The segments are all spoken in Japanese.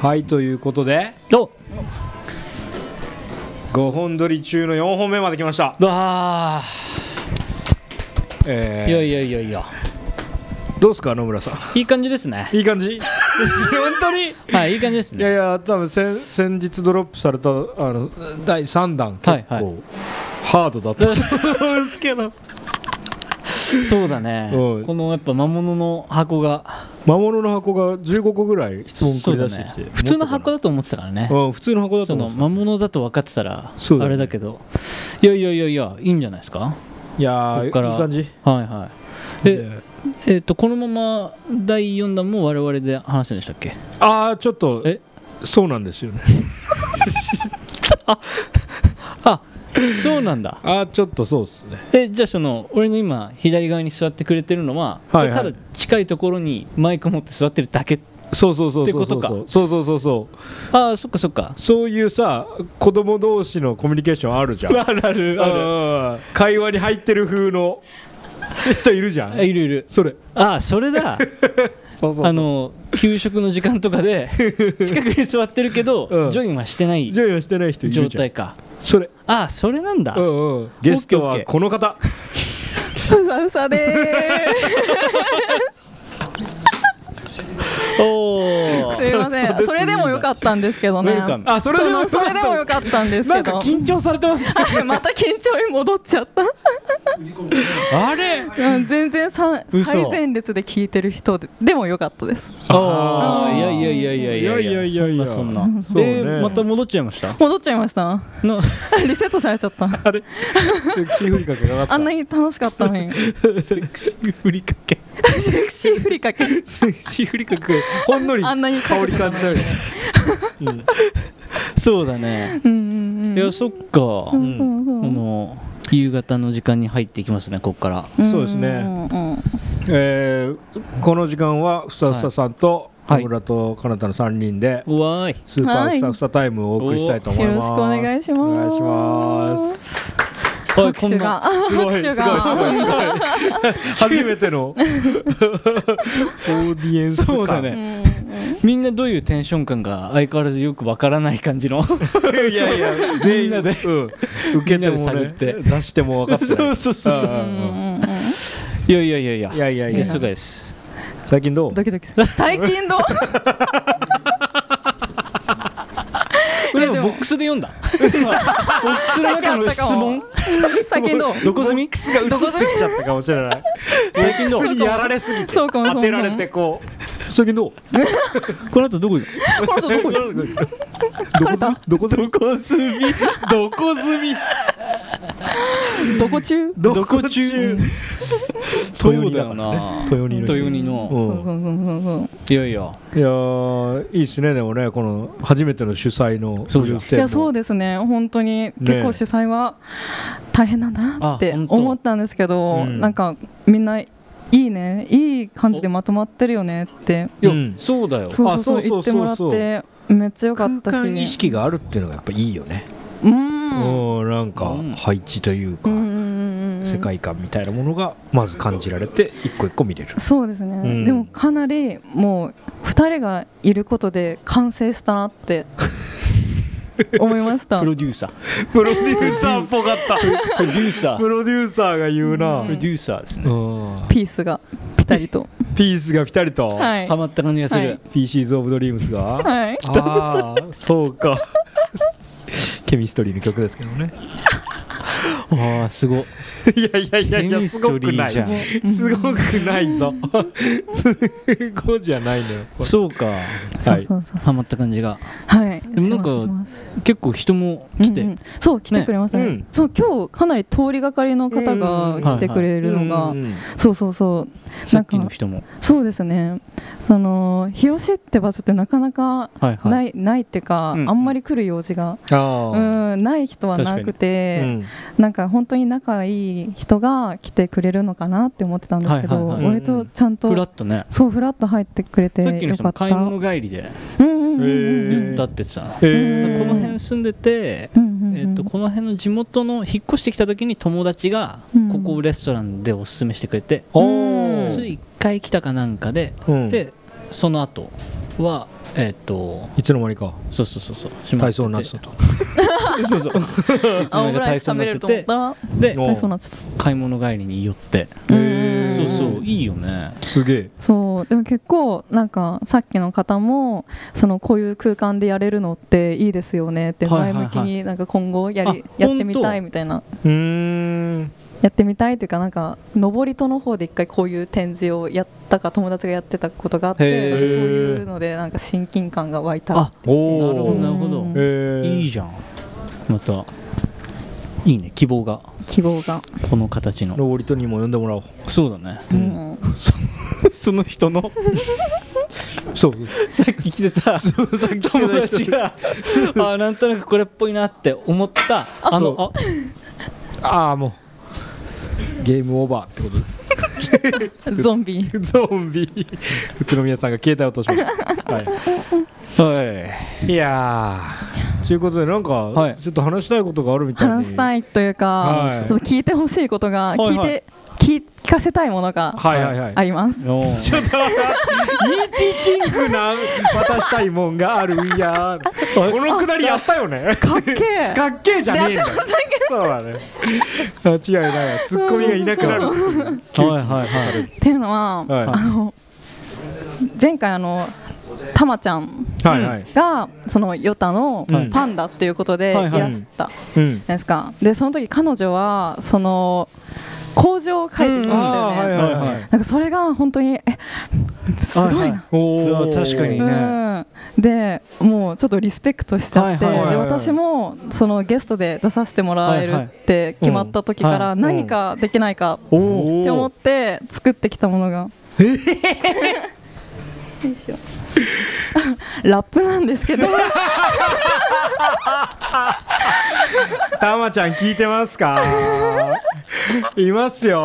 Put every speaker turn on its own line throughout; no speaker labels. はいということで
ど
5本撮り中の4本目まで来ました、
うわ
え
ーい
ー
やいやいやいや
どうですか野村さ
いい感じですね
んいい感じ 本当に
はいいい感じです
いやい
ね
や多分先先日ドロップされたあの第3弾結構、
はいはい
ハードだったと思うんですけど
そうだね
うん
このやっぱ魔物の箱が
魔物の箱が15個ぐらい質
そ
問
う
繰
だ
り出して
ね
きて、
普通の箱
だ
だと思ってたからね
うん普通の箱だと
そ
思
の
う
魔物だと分かってたら
そうだね
あれだけどいやいやいやいやいいんじゃないですか
いやー
こっから
いい感じ
はいはいええっとこのまま第4弾も我々で話すんでしたっけ
ああちょっと
え
そうなんですよね
あそうなんだ
ああちょっとそうですね
えじゃあその俺の今左側に座ってくれてるのは、
はいはい
ただ近いところにマイク持って座ってるだけ
そうそうそうそう
ってこ
そう
とか
そうそうそうそう
ああそっかそっか
そういうさ子供同士のコミュニケーションあるじゃん
あるある
うん会話に入ってる風の人いるじゃん
いるいる
それ
ああそれだ
そう
あの給食の時間と かで近くに座ってるけど、
うん
ジョインはしてない
ジョイはしてない人いるじゃん
状態か
それ
ああそれなんだ、
うんうんゲスト
オッ
は
ケーオッケー
この方
うさうさで
おお
ーす。すいません。それでもよかったんですけどね。
ウェルカム
あそれでも
のそれでもよかったんです
な
け
んか
ど。
緊張されてます
また緊張に戻っちゃった。
あれ
うん全然さ
嘘
最前列で聞いてる人ででもよかったです。
ああ
あー
いやいやいやいやいや
いやいやいやいや
そんなそんな
そうね
えーまた戻っちゃいました
戻っちゃいました。
の
リセットされちゃった。
あれセクシーふりかけなかった
あんなに楽しかったのに。
セクシーふりかけ
セクシーふりかけ。
セクシーふりかけほんのり
あんなに
香り感じたよね
そうだね
うんうんうん。
いやそっか、
うんそうそう
この夕方の時間に入っていきますねここから
んんん
そうですね
うん
えーこの時間はふさふささんと
はい
野村とかなたの3人で
わーい
スーパーふさふさタイムをお送りしたいと思い
よ
ます
ろしくお願いします。
お願いします
す。
おい
拍
こ
手
んば
が
ん
すごいすごいすごい
拍手が。
すごい 初めてのオーディエンス感
そうだねみんなどういうテンション感が相変わらずよくわからない感 じの
いやいや全員
みんなで
うん、受けても、
みんなで
ね
探っ、て
出しても分かって
そ
な
う
い
そうそうそう
あ
うんうんうん
いやいやいやいや
いやいやいや
ゲストがです
最近どう
ドキドキする。最近どう？
これで
で
も
も
ボックスで読ん だ今ボックスの中の質問
最近どう？
どこ住み
靴が映ってきちゃったかもしれない
最近どう
靴にやられすぎて
そうかもそ
当
うかも
てられてこう最近どう
この後どこ行く
この人どこに？
疲れたどこ住みどこ住みどこ住み
どこ中？
どこ中
そうだよな
豊鬼だからね豊鬼の人
豊鬼の
そうそうそうそうそう。
いやいや
いやーいいですねでもねこの初めての主催の
そうじ
グ
ゃん
ループ展
い
も
やそうですね本当に結構主催は大変なんだなっ
あ
て
本当
思ったんですけど、
うん
なんかみんないいねいい感じでまとまってるよねって
いや、
うん
そうだよ
そうそう
あそうそうそうそう
そう言ってもらってめっちゃ良かった
空間意
し
識があるっていうのがやっぱいいよね、
うん
おーなんか
うん
配置というか、
うんうんうんうん
世界観みたいなものがまず感じられて一個一個見れる
そうですね、
ん
でもかなりもう2人がいることで完成したなって思いまし た
プロデューサー プ
プロデューサーっぽかった
ロデューサ ー
プロデューサーが言うな、
プロデューサーですね
うん
ピースがぴたりと
ピースがピタリと、
はい
ハマった感じがす
は
る
い
PCs of Dreams が
はい
ああそう かケミストリーの曲ですけどね
ああすごい
いやいやいやい
ケ
や
ミ
す
ス
ご
ト
く
リ
な
ー
い
じゃん
すごくないぞすごじゃないのよこれ
そうか
そうそうそう
ハマった感じが
はい
でもなんか
しますします
結構人も来て、
うんうんそう来てくれましたね
ねうん
そう今日かなり通りがかりの方が来てくれるのが、
うんうん
そうそうそう
さっきの人も
そうですねその日吉って場所ってなかなか
はいはい
ない,、ないっていうか、
うん
あんまり来る用事が、
あ
う
あ、
ん、ない人はなくて、
うん
なんか本当に仲いい人が来てくれるのかなって思ってたんですけど、
はいはい
はい
割とちゃんと、
フラッとね
そうフラッと入ってくれて
さっきの
よ
人
か
も
った
買い物帰りで
うんうんうんうん
へー
言ったって言ってたな
え
うん
ー
この辺住んでて、
うんうんうん
えっとこの辺の地元の引っ越してきた時に友達が
うん
ここをレストランでおすすめしてくれて、
おー
それ1回来たかなんかで、
うん
でその後は、えっと
いつの間にか
そうそうそうそうしま
体
ってて
操になってたと
そうそ ういつ
あ
の間
オ
に
ム
か
ラ
体
イス
操
食
にな
べれ
って
ると思ってたら
で
おう
体操になってた
買い物帰りに寄って
うん
そうそういいよね
すげえ
そうでも結構なんかさっきの方もそのこういう空間でやれるのっていいですよねって
はいはい
前
はい
向きになんか今後やり、
あ
やってみた
本
い
当
みたいな
うーん
やってみたいというかなんか上り戸の方で一回こういう展示をやったか友達がやってたことがあっ
へー
てなんかそういうのでなんか親近感が湧いた
あ
お
なるほど
お
なるほど
うん
え
いいじゃんまたいいね希望が
希望が、
この形の
ローリトにも呼んでもらおう
そうだね
うん
そその人の
そう
さっき来て た友達が あなんとなくこれっぽいなって思ったあのあ
ああもうゲームオーバーってことで
ゾンビ
ゾンビ宇都宮さんが携帯を落としました、は
はい
い、いやーということでなんか、
はい
ちょっと話したいことがあるみたいで
話した
い
いというか、
はい
ちょっと聞いてほしいことが
は
聞い
い
て、
はい
聞聞かせたいものが
はいはいはい、
あります、
おー
ちょっと待ってニーティキングな渡したいもんがあるいやーこのくだりやったよね
かっけえ
かっけえじゃねえんだよそうだね間違いないわツッコミがいなくなる
はいはいはい
っていうのは、
はい
あの前回あのたまちゃん
はいはい
がそのヨタのファンだっていうことでい
はいはい
らした
う
じゃ
ん
ないですか、でその時彼女はその工場を書いてきましたよ
あ
ね、
ーはいはいはい
なんかそれが本当にえすごいな、
はいはい
おー
確かに
うん、でもうちょっとリスペクトしちゃって、
はいはいはい
はい
で私もそのゲストで出させてもらえる
はいはい
って決まった時から
うんはい
何かできないか
お
っ
お
て思って作ってきたものが。よいしょラップなんです けど
たまちゃん聞いてますかいますよ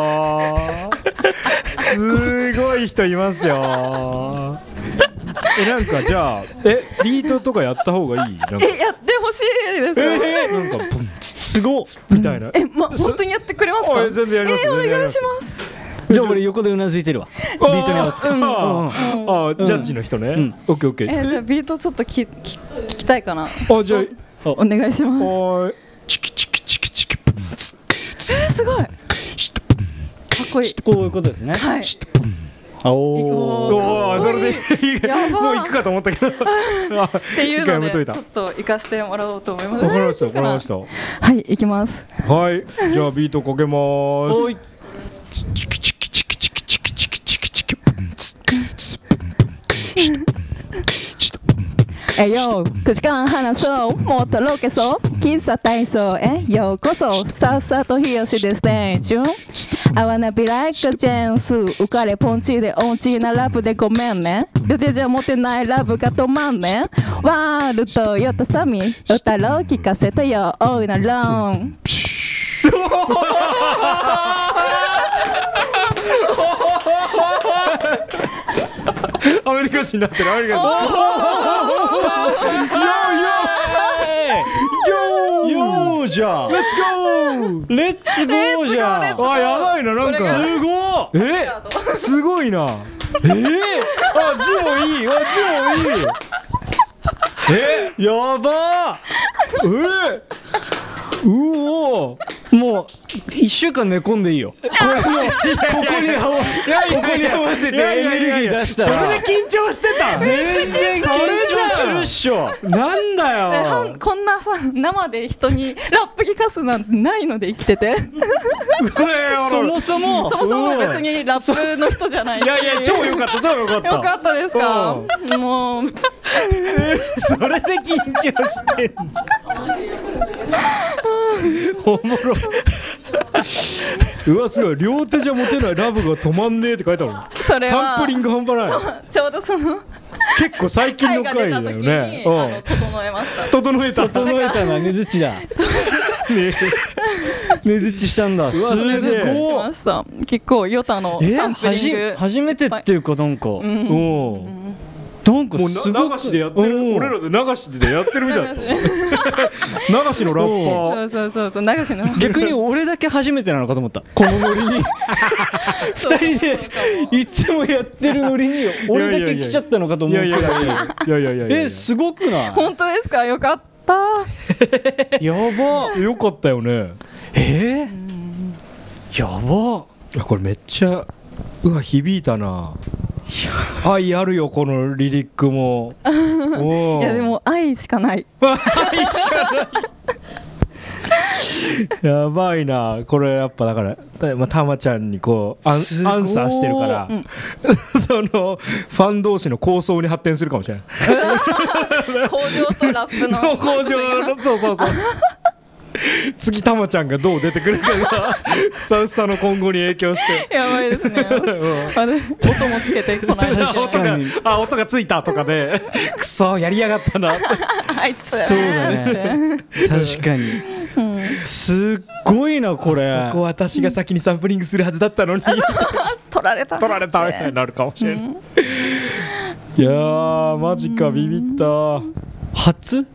すごい人いますよえなんかじゃあえリートとかやった方がいいなんか
えやってほしいですよ
えー、なんかブンすごみたいな
え、ま、本当にやってくれますか
あ全然やります
え
よ
お
全然やり
願
ま
い
す
します
じゃあ俺横でうなずいてるわビートに合わせて
あーあージャッジの人ね、
ん
オッケーオッケー
えじゃあビートちょっときき聞きたいかな
あじゃあ
お願いします
おーチキチキチキチキブンツ
えすごいかっこいい
こういうことですね
はい
お
お
お
ー
おおそれでいい
やば
もう行くかと思ったけどあ
っていう
一回や
の
めとい
で
た
ちょっと行かせてもらおうと思います
わかりましたわかりました
はい行きます
はい、じゃあビートかけまーす。
い
えよ9時間話そうもっとロケそう喫茶体操へようこそさっさと日吉でステージ合わなびライクチェンス浮かれポンチでオンチなラブでごめんね予定じゃ持てないラブが止まんねワールドよたさみよたろう聞かせてよおいなローン
アメリカ人になってる、アメリカ人。よーよーよー
よーじゃんレッツゴーレッツゴーじゃん
あ、やばいな、なんか。
すご
えすごいな。えあ、字もいい、あ、字もいい。え
いやば
えうおー
ーもう一週間寝込んでいいよこれもうここに合わここに合わせて
いやい
エ
や
ネ
いや
ル
い
ギ
や
ー出したら
それで緊張してた
全然緊張するっしょ
なんだよ
えほんこんなさ生で人にラップ聞かすなんてないので生きてて
これ
そもそも
そもそも別にラップの人じゃない
いやいや超良かった超良かった
よかったですか
う
もう
それで緊張してんじゃん。おもろ。うわすごい両手じゃ持てないラブが止まんねえって書いてある
それ
サン
は
プリング半端ない
ちょうどその
結構最近
回
の
が出
回だ
た
よ
時に、
ね
あの
う
整えまし
ん整えた整
整えたな根づちだ 根づちしたんだす
すげ
た
え
し
ごい
ました結構ヨタの
え
サンプ
は
リン
じ
グ
初めてっていうかなんか
うん
お
なんか
もう
す
な
ご
流
く
しでやってる
うん
俺らで流しでやってるみたいだった流しのラッパー
そうそうそうそう流しの
逆に俺だけ初めてなのかと思ったこのノリに二人でいつもやってるノリに俺だけ来ちゃったのかと
い
思う
やいやいやいやいやいやいや
えすごくない
本当ですかよかった
やば
よかったよね
えー、やば
いやこれめっちゃうわ響いたな愛あるよこのリリック もお
いやで も愛しかない
やばいなこれやっぱだからたまあたまちゃんにこうアンアン
すごい
サーしてるから、 そのファン同士の抗争に発展するかもしれない
工場とラップの
工場のそうそうそう次たまちゃんがどう出てくるかがふさふさの今後に影響して
やばいですね私音もつけてこないといけ
音
確か
が
に
あ音がついたとかで くそやりやがったなって
ないあいつ
そうだね確かに、すっごいなこれ
こう私が先にサンプリングするはずだったのに 取
取られた
られたみたい になるかもしれない、いやーマジかビビった
初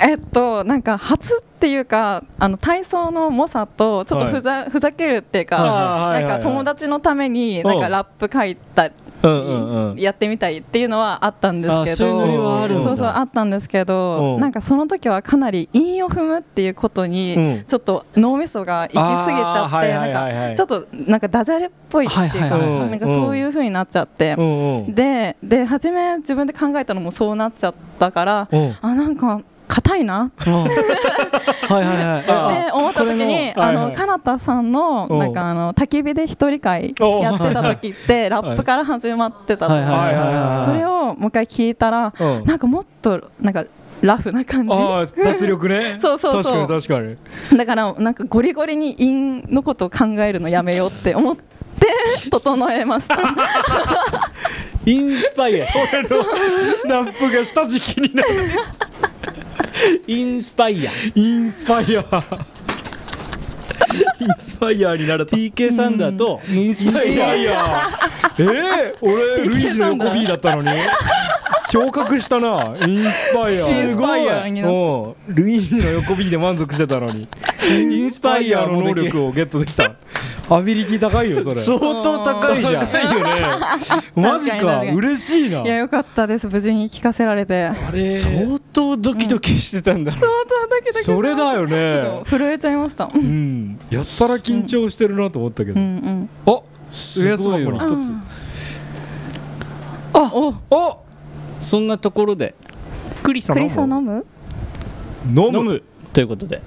えっとなんか初っていうかあの体操の猛者とちょっとふざ,、ふざけるっていうか、
はいはいはいはい
なんか友達のためになん
う
か
ん
ラップ書いたり、
うんうんうん
やってみたいっていうのはあったんですけ
あ
ど
そういうノリはあるんだ
そうそうあったんですけど、
うん
なんかその時はかなり韻を踏むっていうこと
う
に
ん
ちょっと脳みそが行き過ぎちゃって、
あーはいはいはいはい
なんかちょっとなんかダジャレっぽいっていうか、
はいはい
はいはい
なんかそういう風になっちゃって。
うんうん
でで初め自分で考えたのもそうなっちゃったから、
うん
あなんか硬いな
う んはいはいはい
って思った時に
これの
あ
はいは
の
い
かなたさんの
うん
なんかあの焚き火で一人会
おう
やってた時ってラップから始まってたと思うんですよ
はいはいはいはい
それをもう一回聞いたら
うん
なんかもっとなんかラフな感じ
ああ脱力 ね
そうそうそう
確かに確か
だからなんかゴリゴリに陰のことを考えるのやめようって思って 整えました
インスパイア
にラップが下敷きになる
インスパイア
インスパイアインスパイアになれた
TK サンダーとインスパ
い
イ
やい
ア
や、えー、俺、ルイージの横 B だったのに。昇格したな、インスパイア。
インスパイアになっちゃ
うんルイージの横 B で満足してたのに。
インス
スパ
パイ
イ
ア
アの
も
能
できる
力をゲットできた。アビリティ高いよ、それ。
相当高いじゃん
高いよね。マジ
確かに確
か、
かに
嬉しいな。
いやよかったです無事に聞かせられて
あれ
相当ドキドキしてたんだろう
本当はだけだけ
それだよね。
震えちゃいました
うん、やったら緊張してるなと思ったけ
う
ど。
んうん
あ、
す
上スマ
ご
ホ
い
に
わ
一つ。
あお
あ、
そんなところで
クリ
クリソ飲む
飲む
飲むということで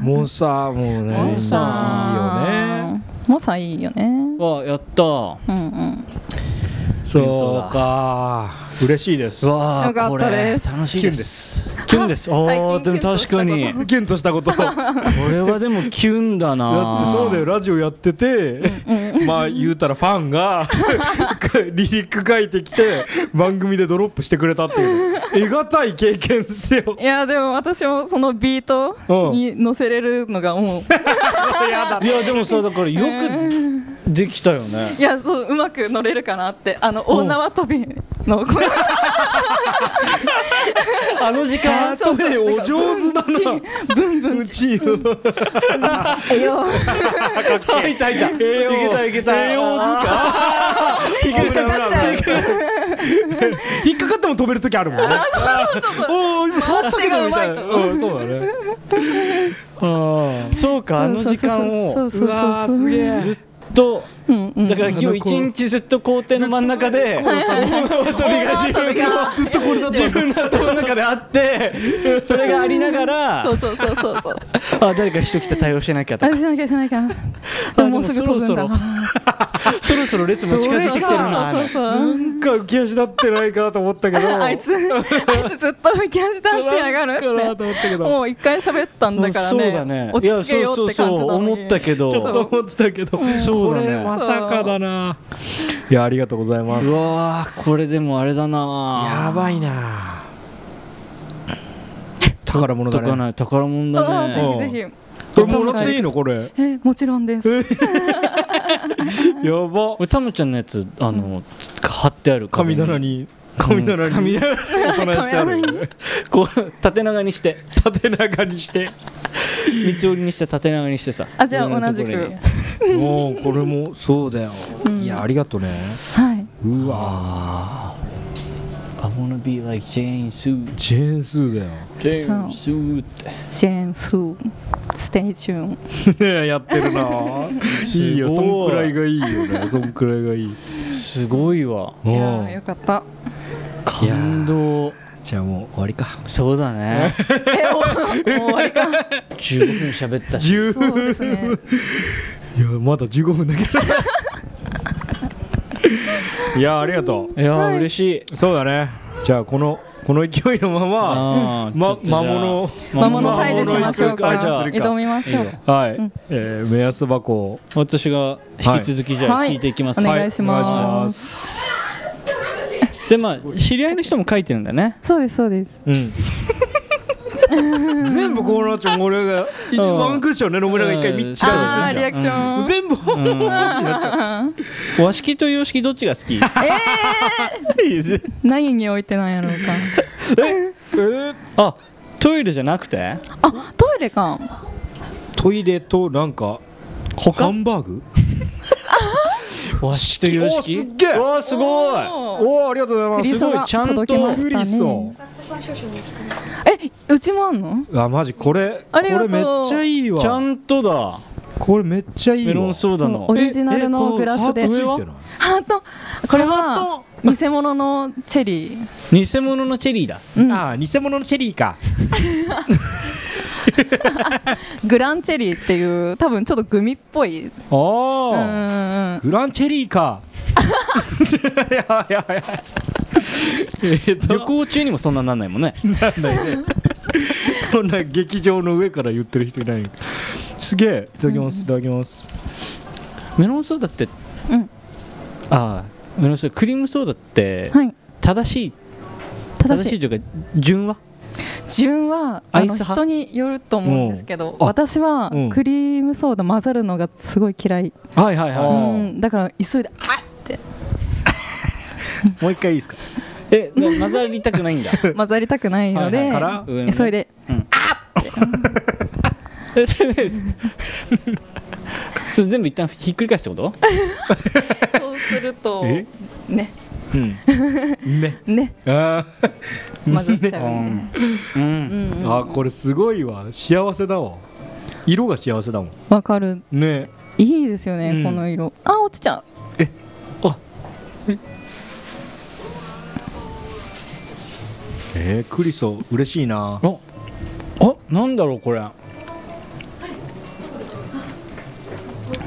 モンスターもうね
モンスタ
いいよね
もさいいよねうん
わあやったわ
うん
そうか嬉しいです
あ
よかったです
これ楽しいですキュンですあ
最
ー
近
でも
キュンと
確
した
か
こと
に
キ
こ
ュンとしたことだって
れはでもキュンだな
そうだよラジオやっててまあ言うたらファンがリリック書いてきて番組でドロップしてくれたっていう得難い経験ですよ
いやでも私もそのビートに乗せれるのがもう
いやでもさだからよくできたよね
いやそううまく乗れるかなってあの大縄跳びの これ
あの時間
あとねお上手だなうちの
えよ
入った入ったいけたい けた
栄養図
いけた
引っかかっちゃう
引っかかっても飛べる時あるもんねおお今触ったけどみたいな
回してがうまいと
うんそうだねあ
そうかあの時間
そ
を
うそうそうそう
わーすげえ
ずっと
うんうん
だから今日一日ずっと校庭の真ん中で
大縄跳びが
ずっとこれだ自分の頭の中であってそれがありながら
そうそうそうそう そう
あ誰か人来た対応しなきゃと
あ
か
しなきゃしなきゃでももうすぐ飛ぶんだな
そろそろ列も近づいてきてるな
そうそう
ー
そう
なんか浮き足立ってないかと思ったけど
あいつあいつずっと浮き足立ってや
か
がる
な
って
と思ったけど
もう一回喋ったんだから
そうだ
ね
ね
落ち着けようって感じなの
いやそうそ
に
うそう思ったけど
ちょっと思ってたけど、
そうだ
こ
ね
れまさかだな。いやありがとうございます。
うわーこれでもあれだ
や
な
ばい な。宝物だ
とか
ね。
ない宝物だね
あーぜひぜ
これもらっていいのこれ。
ひえもちろんです
やば
こ。れタムちゃんのやつあのつ貼ってある
神
に
棚に髪の乱に
お供えしてあるこう縦長にして
縦長にして
道折りにして縦長にしてさ
あじゃあ
いろんなところに
同じ
もうこれもそうだよ、いやありがとうね
はい。
うわ
I wanna be like Jane Sue
ジェーンス ーだよ
Jane Sue って
ジェーンスー、ステイチューン。
やってるな いいよ
す
そ
ご
ん
い
くらいがいいよ ねそんくらいがいい
すごいわ
うん
いやーよかった。
感動
じゃあもう終わりか
そうだ ね
え、もう 終わりか。
15分喋った し
10
そうですね。
いやまだ15分だけどいやありがと
いやー嬉しいう
そうだねじゃあこのこの勢いのまま
あー
ま
ちょっとじゃあ
魔物
魔物退治しましょうか。
魔物退治するか
挑みましょ
いいうよ。
はい、えー目安箱を
私が引き続きじゃあ
はい
聞いていきます、
お
ね
願いします
でまあ知り合いの人も書いてるんだね
そうですそうです。
うん、全部こうなっちゃう俺が
ん
ワンクッションね野村が一回見ち
そうですね
ああーリアクション。
全部
和式と洋式どっちが好 き
何に置いてなんやろうか。
あトイレじゃなくて
あトイレか。
トイレとなんかハンバー グ
和式と洋式
おすっげえ
わあすごい
おおありがとうございます
すごいちゃんと
クリソが届きましたね。えうちもあんの？
あマジこれ
ありがとう
これめっちゃいいわ
ちゃんとだ
これめっちゃいいわ
メロンソーダの
そうオリジナルの
ええこ
グラスで
ハート上は
ついてない
ハート。これは偽物のチェリー。
偽物のチェリーだ
ああ偽物のチェリーか
グランチェリーっていう多分ちょっとグミっぽい。
お
う
ー
んうん。
グランチェリーかやばいやばいやばいえっ
旅
と
行中にもそんななんないもんね
こんな劇場の上から言ってる人いないのすげえいただきますいただきます
メロンソーダって
うん
ああメロンソーダクリームソーダって
はい。
正しい
正
正
し
し
い
いというか順は
順は
ア
あ
イス
の
派
人によると思うんですけど、私は
うん
クリームソーダ混ざるのがすごい嫌い、
はいはい
あ
は
うん、だから急いであっって
もう一回いいですか
いえな混ざりたくないんだ
混ざりたくないので、
はいはいから上のね
急いで
えそれで それ全部一旦ひっくり返すってこと
そうすると
え
ね
ね
ね
あー
混ざっちゃ
う
うんで、
んうん
あーこれすごいわ幸せだわ色が幸せだもん
わかる
ね
いいですよね、
うん
この色あ落ちちゃう
えー、クリソ嬉しいな
ああなんだろうこれ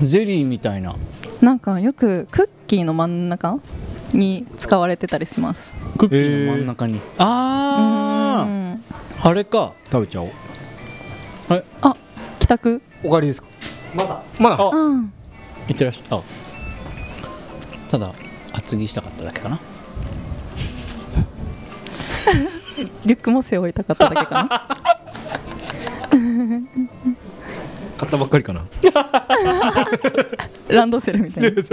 ゼリーみたいな
なんかよくクッキーの真ん中に使われてたりします
クッキーの真ん中に、
う
あ
ん
ああれか
食べちゃおう
あ帰宅
おかりですかまだまだ
あ
うん
いってらっしゃいあただ厚着したかっただけかな
リュックも背負いたかっただけ かな
買ったばっかりかな
ランドセルみたいな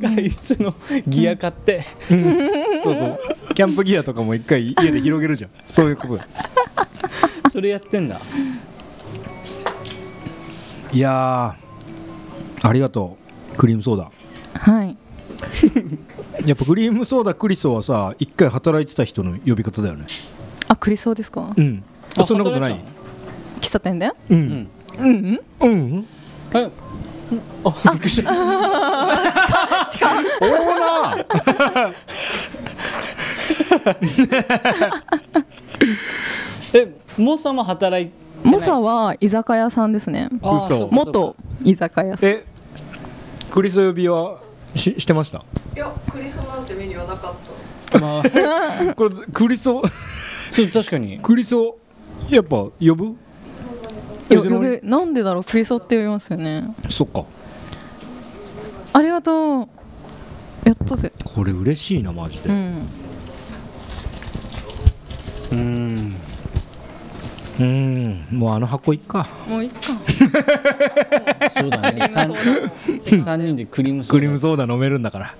外出のギア買って、
そうそうキャンプギアとかも一回家で広げるじゃんそういうことだ
それやってんだ
いやーありがとうクリームソーダ
はい
やっぱクリームソーダクリソはさ一回働いてた人の呼び方だよね
あクリソーですか
うん
あ
そんなことない
働て
喫茶店で
う
たの
ん
うん
うん、うん、
うんえあびっくり した
俺もな
えモさんも働いてない
モサは居酒屋さんですね
あ
嘘
ーそうかそうか
元居酒屋さん
えクリソ呼びはししてました
いや、クリスなんてメニューはなかった。
まあ、
これクリソ
そう確かに
クリソやっぱ呼ぶ
よ呼ぶなんでだろうクリソって呼びますよね
そっか
ありがとうやったぜ
これ嬉しいなマジで
うん
うん
うんもうあの箱いっか
もういっか
そうだ
今
ね
そうだもん
3人でクリームソ
ク
ー
リ
ダ
ームソーダ飲めるんだから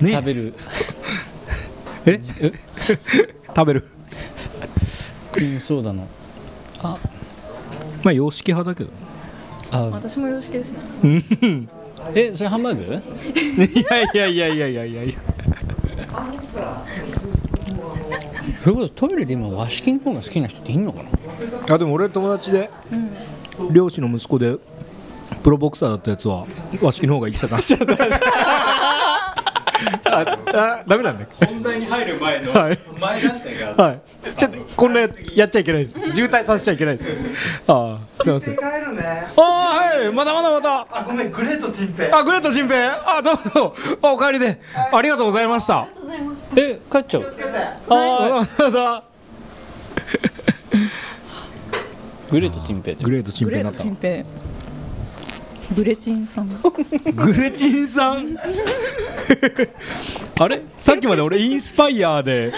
ね
食べる
え
じ
食べる
クリームソーダの
まあ様式派だけど
あ
私もよろしくですね
えそれハンバーグ
いやいやいやいやいやいやいや
それこそトイレで今和式の方が好きな人っていんのかな
あでも俺友達で、漁師の息子でプロボクサーだったやつは和式の方が生きた かった
あダメなんだっ
本題に入る前の
はい
前段階が
けはいちょっとこんなややっちゃいけないです渋滞させちゃいけないですああすいません
帰るね
ああはいまだまだまだ
あごめんグレートチンペ
あグレート新平あどうぞあお帰りでありがとうございました
え帰っちゃう
ああまだ
グレートチンペイで
グレートチン
グ
ペ
レ
イだ
ー
っ
ト
た
チンペイブレチン さん
グレチンさん あれさっきまで俺インスパイアで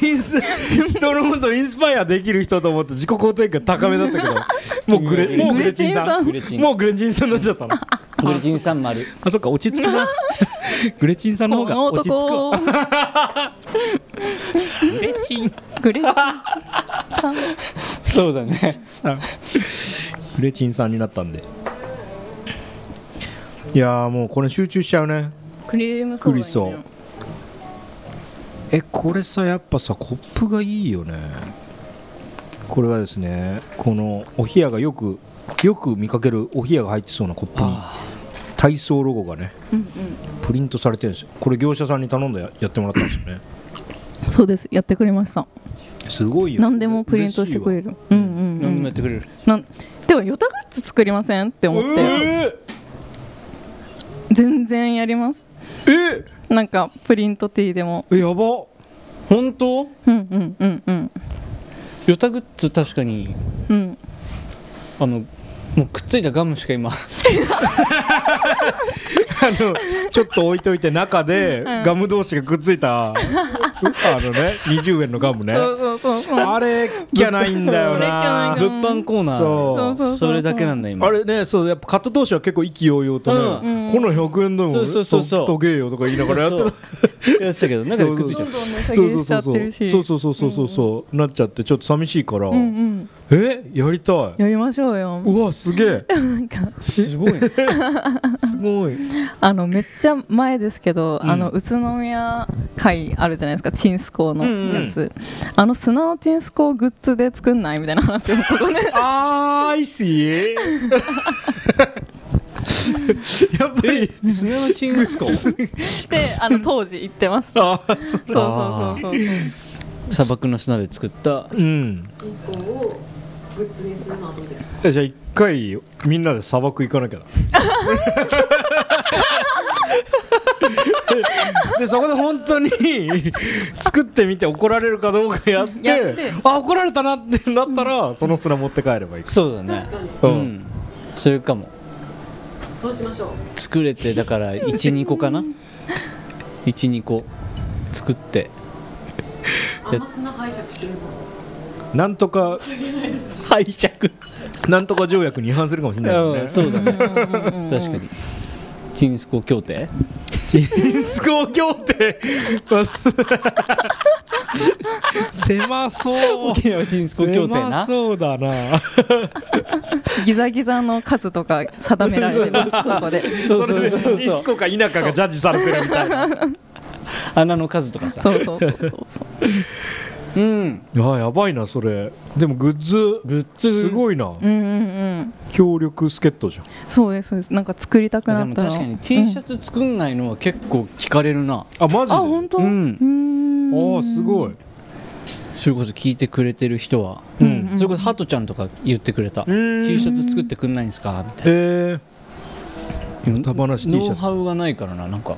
インス人のことインスパイアできる人と思って自己肯定感高めだ ったけどもうグレもうグレチンさん
グレチン
もうグレチンさんになっちゃったな
グレチンさん丸
あそっか落ち着く なグレチンさんの方
こ
が
の
落ち着くわ
男 グレチングレチンさん
そうだね
グレチンさんになったんでいやーもうこれ集中しちゃうね
クリームソーダ
クリソーえこれさやっぱさコップがいいよねこれはですねこのお冷やがよくよく見かけるお冷やが入ってそうなコップに体操ロゴがね、プリントされてるんですよこれ業者さんに頼んでややってもらったんですよね
そうですやってくれました
すごいよ
何でもプリントしてくれるうんうんう
何で
ん
もやってくれる
なんでもヨタグッズ作りませんって思って全然やりますえなんかプリントティーでも
えやば
本当
うんうんうんうん
ヨタグッズ確かに
うん
あのもうくっついたガムしか今
あのちょっと置いといて中でガム同士がくっついたあのね20円のガムね
そうそうそうそう
あれきゃないんだよ
あ
な
れきゃないんだ
物販コーナ
そ
ー
う
そうそうそうそう
れだけなんだ今
あれねそうやっぱ買った当初は結構意気揚々とね、この100円でも
そうそうそうそ
と
う
とげよとか言いながらやってた
そうやってたけど中でくっついちゃう
ど
ん
どん値下げしちゃってるし
そうそうそうそうそうそう、なっちゃってちょっと寂しいから、
うんうん
えやりたい
やりましょうよ
うわすげえ
すごいね
すごい
あのめっちゃ前ですけど、あの宇都宮会あるじゃないですかチンスコーのやつ、あの素直チンスコーグッズで作んないみたいな話をここね
あーいしいやっぱり
スナムチンスコ
であの当時言ってますそう
あー
そうそうそう
砂漠の砂で作った
うん
チンスコーをグッズにするのはどうですか
えじゃあ一回みんなで砂漠行かなきゃだ でそこで本当に作ってみて怒られるかどうかやって
やって
あ怒られたなってなったら、その砂持って帰ればいい、
そうだね
確かに
う
うんんそれかも
そうしましょう
作れてだ から12個かな12個作って
あんま砂拝借するの
なんとか
拝借
なんとか条約に違反するかもしれないよね
そうだね確かにチンスコ 協定
リスク協 定狭そう
沖縄チンスコ協 定
狭
な
そうだな
ギザギザの数とか定められてますそこで
そうそうそ
リ
うそ
ス
う
コか否かがジャッジされてるみたい な
穴の数とかさ
そうそうそうそうそう
うん
あやばいなそれでもグッズ
グッズ
すごいな
うんうんうん
協力助っ人じゃん
そうですそうですなんか作りたく
で
なっ
も
たら
確かに T シャツ作んないのは結構聞かれるな、
あマジで
あ本当う
うん
ん
あーすごい
それこそ聞いてくれてる人は、
うん
それこそハトちゃんとか言ってくれた、
ーん
T シャツ作ってくんないんですかみたいな
えー、たばなし T シ
ノウ
ャツ
ハウがないからななんか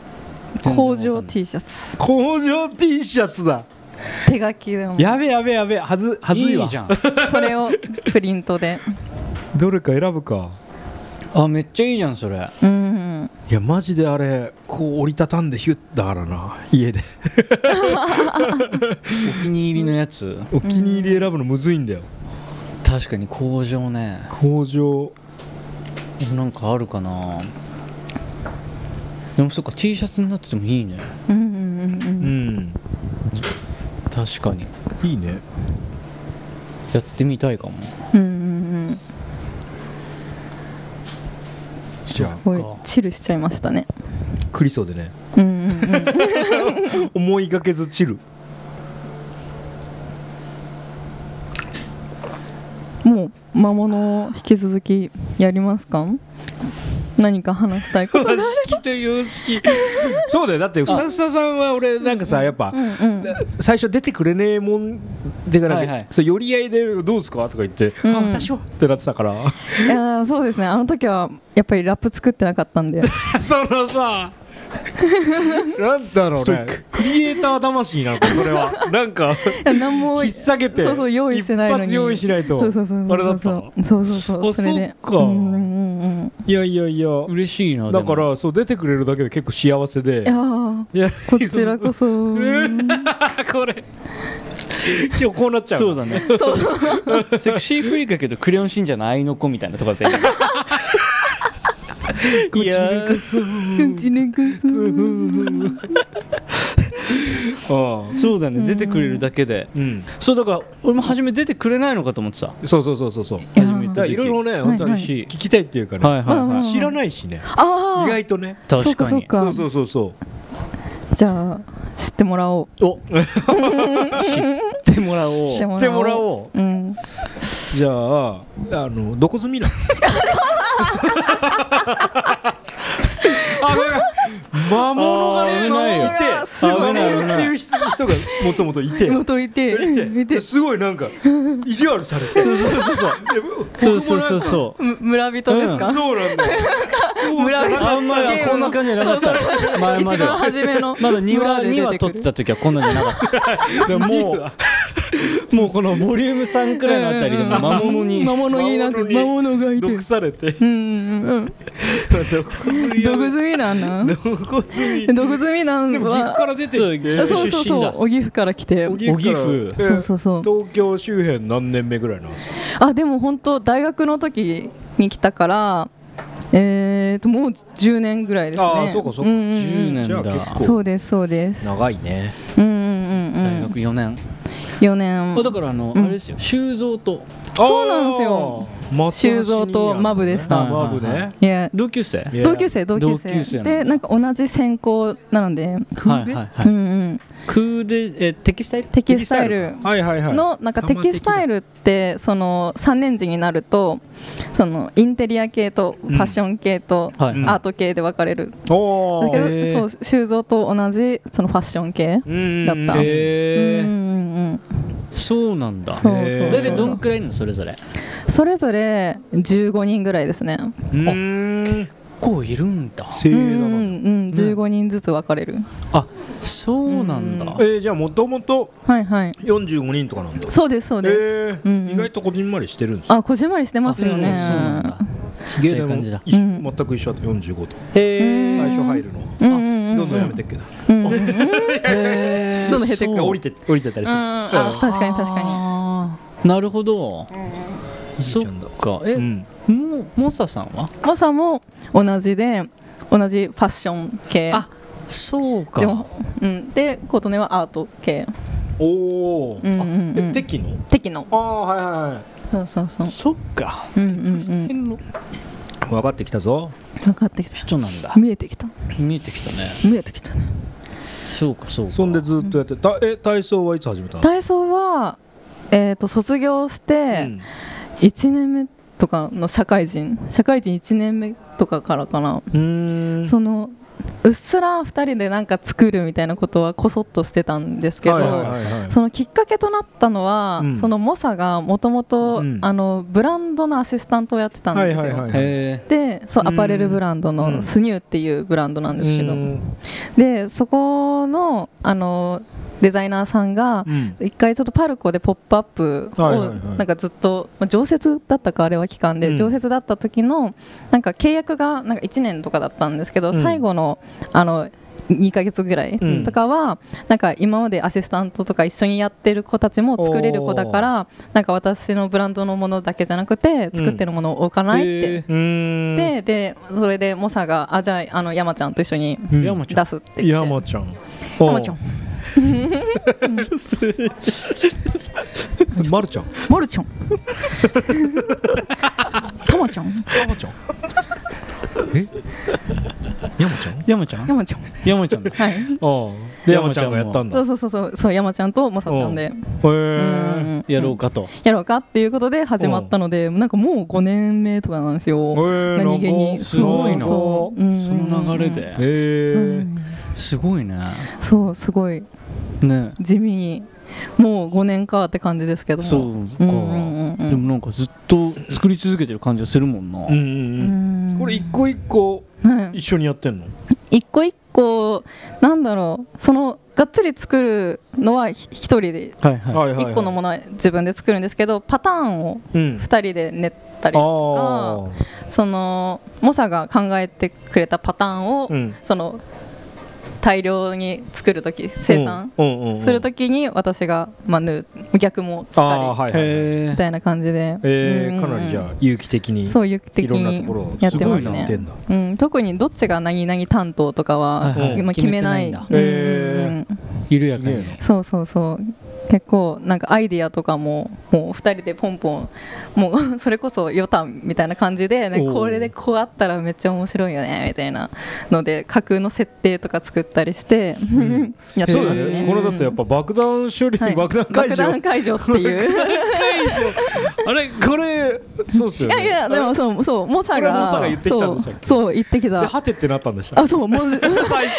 工場 T シャツ
工場 T シャツだ
手書きでも
やべやべやべはずは
は
ず
ず
い
い
わ
いじゃん
それをプリントで
どれか選ぶか
あめっちゃいいじゃんそれ
うんうん
いやマジであれこう折りたたんでヒュッだからな家で
お気に入りのやつ
お気に入り選ぶのむずいんだよ
確かに工場ね
工場
なんかあるかなでもそっか T シャツになっててもいいね
うんうんうん
うん
確かに
いいね
やってみたいかも
うんうんうんうん
そっ
すごいチルしちゃいましたね
クリソーでね
うんうんうん
思いがけずチル
もう魔物を引き続きやりますか何か話したいことがあれば
と様式
そうだよだってふさふささんは俺なんかさやっぱ
うんうん
最初出てくれねえもんでから、
はいはい
そう寄り合いでどうですかとか言って、
うん
あ私はってなってたから
いやーそうですねあの時はやっぱりラップ作ってなかったんで
そのさなんだろ
ス
う
トイ
ね
ック
クリエイター魂なのかそれはなん か
何も
引っ下げて
そうそう用意してないのに
一発用意しないと
そうそうそうそう
あれだった
そうそうそう
あ
それで
そっか
うんうんうん
いやいやいや
嬉しいな
だからそう出てくれるだけで結構幸せで
いやー
いや
こちらこそうん
これ今日こうなっちゃう
そうだねセクシーフリーだけどクレヨンしんちゃんの愛の子みたいなとこでいや
ちねくそ
うん
そうだね出てくれるだけで
うん
そうだから俺も初め出てくれないのかと思ってた
そうそうそうそうそう
いや
初めて
だからいろいろね本当に
はい
聞きたいっていうかね、
はいはいはい
い
知らないしね
あ
意
あ
外とね
確かに
そうかそう
そ
か
うそうそうそ
じゃあ知ってもらおう
うお
知ってもらおう
知って
知
も
ってもらお
ううん
じゃああのどこ住 みなの
魔物がね
危ないよ
いて
すごい
危ない危
って
ない
いう人人がもともといて
元いて
いて
見て
すごいなんか意地悪されて
そうそうそうそう
む村人ですか、
そうなんだよ
村人
あんまりこんな感じじゃなかっ
そうそ
た前ま
一
で
番
は
初めの
まだ2話
村で
2
出
話
てく
撮っ
る
てた時はこんなんじゃなかった でももうもうこのボリューム3くらいのあたりでも魔物 に
魔物になんて魔物がいて
毒されて
うんうんうん毒済みなんなん毒済み毒済みなんは
ら出てきて
そうそうそうお岐阜から来て
岐阜から
そうそうそう
東京周辺何年目ぐらいなんですか
あでも本当大学の時に来たからえーともう10年ぐらいですね
あーそうかそうか
んんん
10年だ
じゃあ結構
そうですそうです
長いね
うんうんうん
大
うん
学4年
4年
あだからあのあれですよ修造と
そうなんですよ
松
修造とマブでし
は
た
い
マブね
いや
同級生はい
や
同級生同級
同級生な
生
んだ
でなんか同じ専攻なので
はいは
う
い
んうん
空でえテキスタイル
テキスタイル
はいはいはい
のなんかテキスタイルってその3年次になるとそのインテリア系とファッション系とア
はい
ート系で分かれる
お
だ
ー
けどそう修造と同じそのファッション系
うん
だったうんう
へえ
んうん
そうなんだ
そう
へ
そう
大体どん
そ
くらいいるのそれぞれ結
うそれぞれ15人ぐらいですね
うん
構いるんだ
精鋭
うん
だ
う
なん
うん15人ずつ分かれる
あそうなんだ
うん
えーじゃあもともと
はいはい
45人とかなんだ
そうですそうです
えー
うんうん
意外とこじんまりしてるんですよ
あこじんまりしてますよね
あそうなんだ
芸大
そういう
も
感じだ
一緒
うん
全く一緒だった45と
へえ
最初入るの
うんうんうん
どんどんやめてっけど
うんうんうん
そ
どんどん減ってく
う
降りて降りてったりする
あ確かに確かに
あーなるほどそっかえ
うん
もモサさんは
モサも同じで同じファッション系
あそうか
でも、うん、で琴音はアート系
おお
うんうんうん
え敵の
敵の
ああはいはいはい
そうそうそう
そっか
うんうんうん
分かってきたぞ
分かってきた
人なんだ
見えてきた
見えてきたね
見えてきたね
そうかそうか
そんでずっとやってたえ体操はいつ始めたの
体操はえっ、と卒業して
うん
1年目とかの社会人社会人1年目とかからかな
うーん
そのうっすら2人でなんか作るみたいなことはこそっとしてたんですけど、
はいはいはいはい
そのきっかけとなったのは、
うん
そのモサがもともと
うん
ブランドのアシスタントをやってたんですよ、
はいはいはい
へ
でそうアパレルブランド
うん
のスニューっていうブランドなんですけど、
うん
でそこのあのデザイナーさんが
うん
一回ちょっとパルコで「ポップアップを
はいはいはい
なんかずっと、まあ、常設だったかあれは期間
う
で、
ん
常設だった時のなんか契約がなんか1年とかだったんですけど、
ん
最後のあの2ヶ月ぐらい
うん
とかは、なんか今までアシスタントとか一緒にやってる子たちも作れる子だからなんか私のブランドのものだけじゃなくて作ってるものを置かないって、
え
うーん
ででそれでモサがあじゃああの山ちゃんと一緒に
ー山ちゃん
出すって言って
山ちゃん
山ちゃん
まるちゃん
マル ちゃんたまちゃん
山ちゃん え山ちゃん
山ちゃん
山ちゃん
山ち ゃんだ
はい
で山ちゃんがやったん
そ
だ
うそうそうそうそう山ちゃんとモサちゃんで
へ
うん
え
うん
やろうかと
やろうかっていうことで始まったのでなんかもう5年目とかなんですよ何気に
すごいな
そ
そう
そうそううん
の流れ
へ
で
え
すごいね
そうすごい
ね
地味にもう5年かって感じですけども
そうか
うんうんうんうん
でもなんかずっと作り続けてる感じがするもんな
うんう
うんん
うんこれ一個一個
はい
一緒にやってんの
一個一個なんだろうそのがっつり作るのはひ一人で
はいはい
い
一個のものは自分で作るんですけどパターンを
うん
二人で練ったりと
ー
かそのモサが考えてくれたパターンを
うん
その大量に作る時生産
うんうんうん
する時に私がまあ縫う逆もし
あ
たり
あはいはい
へ
みたいな感じで
え
うん
ーかなりじゃあ有機的に
そういう
い
的
ろんなところ
に
を
やってます
すごいなやってん
ね
だ
うん特にどっちが何々担当とかは
はいはい
今決めない
決め
てないん
う
え
ん
緩やかに
そうそうそう結構なんかアイディアとかももう2人でポンポンもうそれこそ予ンみたいな感じで、ね、
おー
これでこうあったらめっちゃ面白いよねみたいなので架空の設定とか作ったりして やって
そう
ま
だ
すね。
ねこれだとやっぱ爆弾処理
はい
爆弾解
爆弾
除
解除って いう
あれこれそうっす
い
よ
やい
ね
やでもそうそうモサ
これはモ
が
サが言ってきたん
そ
でしたっ
う
け
そう言ってきた
ではてってなったんでした
あそ うもう え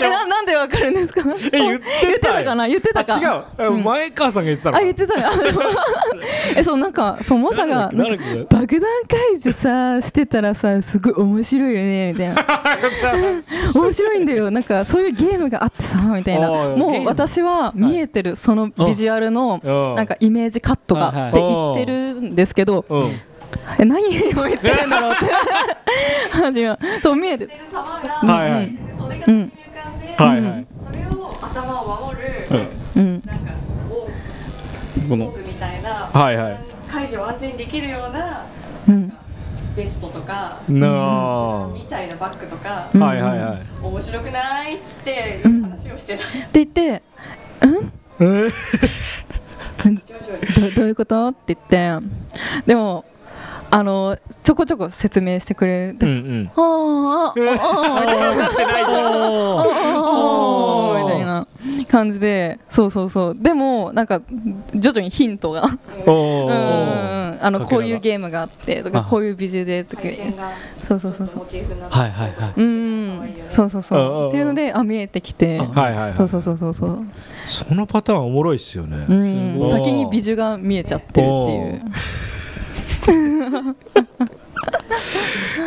ななんでわかるんですか
え言ってたよ
言ってたかな言ってたか
あ違うえ前川さんが言ってたの
あ言ってたねえそうなんかそうモサが
誰だっけ誰だっ
爆弾解除さしてたらさすごい面白いよねみたいな面白いんだよなんかそういうゲームがあってさみたいな
あーゲー
もう
ム
私は見えてるそのビジュアルの
うん
なんかイメージカットがって言ってるんですけど
うん
え何を言ってるんだろうって始まると見えてて
様が、
はいはい
それが先に浮かんで、
はいはい
それを頭を守る、
うん
なんかこ
こ
う
の
僕みたいな、
はいはい
解除を安全にできるような
うん
ベストとか、
なあは
みたいなバッグとか、
いはいはい
面白くないっていう話をしてた、
って言って
えー
徐々に
どどういうことって言ってでもあのちょこちょこ説明してくれて、
うん うん
ああああああみたいなああみたいな感じでそうそうそうでもなんか徐々にヒントが
お
うん
ー
あのこういうゲームがあってとか
あ
こういうビジュでとか
回線が
そうそうそうそう
モチーフになって、
はいはいはい
うんそうそう
うんうんう
そ
ん
うっていうのであ見えてきて
はいはい
そ
は
う
い
そうそうそうそう
そのパターンおもろいっすよね
うん
すご
い
先にビジュが見えちゃってるっていう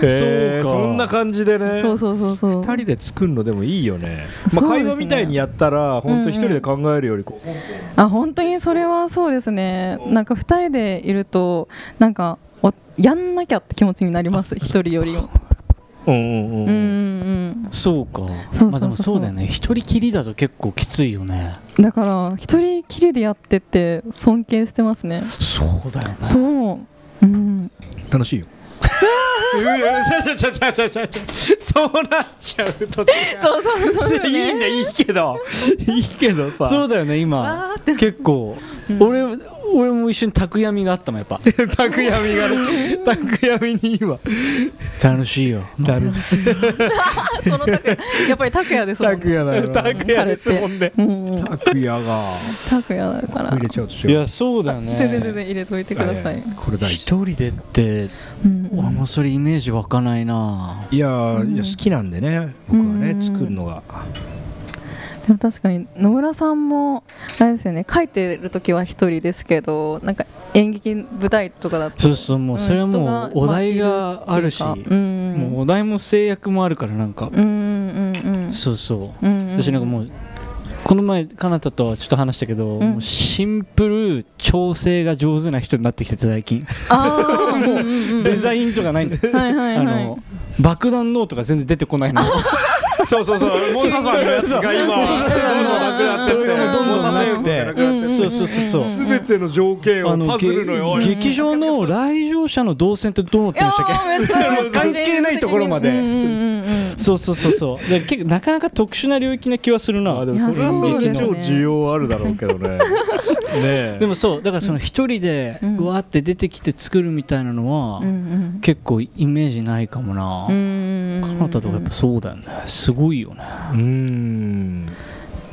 へー
そうか
そんな感じでね
そうそうそうそう
二人で作るのでもいいよね、まあ、
そうですね
会話みたいにやったら本当一人で考えるよりこう、
あ本当にそれはそうですねなんか2人でいるとなんかおやんなきゃって気持ちになります1人よりも
うんうん
うんう
うん
ん
そうか
そうそうそうそう
まあでもそうだよね一人きりだと結構きついよね
うんだから一人きりでやってて尊敬してますね
そうだよね
そううん
楽しいよ
うわちゃちゃちゃちゃちゃちゃそうなっちゃうと
そうそうそうだ
いいん
ね
だいいけどいいけどさ
そうだよね今結構俺俺も一緒に宅闇があったもんやっぱ
宅闇がね宅闇に今
楽しいよ
その拓也やっぱり拓也ですもんね
夜 だ
宅闇ですもんね
うんうん
拓也が
拓也だから
入れちゃうとし
い
よう
やそうだよ
全然全
ね
然入れといてください
これ大事
一人でって
うん
俺もそれイメージ湧かないない
やーいや好きなんでね僕は
う
ね
ん
作るのが
でも確かに野村さんもあれですよね書いてる時は一人ですけどなんか演劇舞台とかだと
そうそうもうそれは
人
も
が
うお題があるし
まいっていうかうん
もうお題も制約もあるからなんか
うんうんうん
そうそう
うんうん
私なんかもうこの前かなたとはちょっと話したけど、
ん
もうシンプル調整が上手な人になってきてて最近
ああもう
デザインとかないんだ
はいはい
あ
はい
の爆弾ノートが全然出てこないの
そうそうそう、モンサさんのやつが今、
モンサさんの
なくなっちゃって、
それがもうどん
モ
どんなくて
ンサさんのやつがなくなっちゃって
そうそうそうそう
すべての条件をパズルのよう
げ
に。
劇場の来場者の動線ってどうなってるんでしたっけ
めっちゃ
関係ないところまで
うんうんうん
そうそうそうそうで結構なかなか特殊な領域な気はするな
あで
で
もそれはそれで
いやそ
超
うですね
需要あるだろうけど ね。ねえ。
もそうだからその一人で
うん
うわーって出てきて作るみたいなのは、
うん
結構イメージないかもな、
うんうん
カナダとかやっぱそうだよねすごいよね
うーん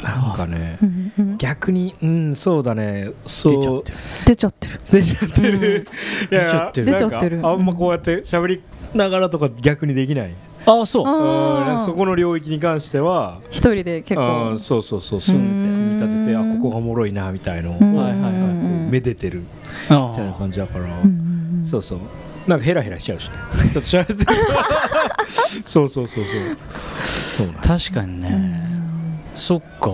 なんかね
うんうん
逆にうんそうだねそう
出ちゃってる
出ちゃってる
出ちゃってる
いやいや
出ちゃって
る出ちゃってる
なんかあんまこうやって喋りながらとか逆にできない。
ああそう
うん
あー
なんかそこの領域に関しては、
一人で結
う
構
んそうそうそう、すんって
う
組
ん
み立てて、あここがおもろいなみたいのを
うん
はいはいはい
うん
めでてるみ
あ
たいな感じだから
うんうん
そうそう
なんかヘラヘラしちゃうしね。ちょっと喋 って。そうそうそうそう。
あ確かにね、そっか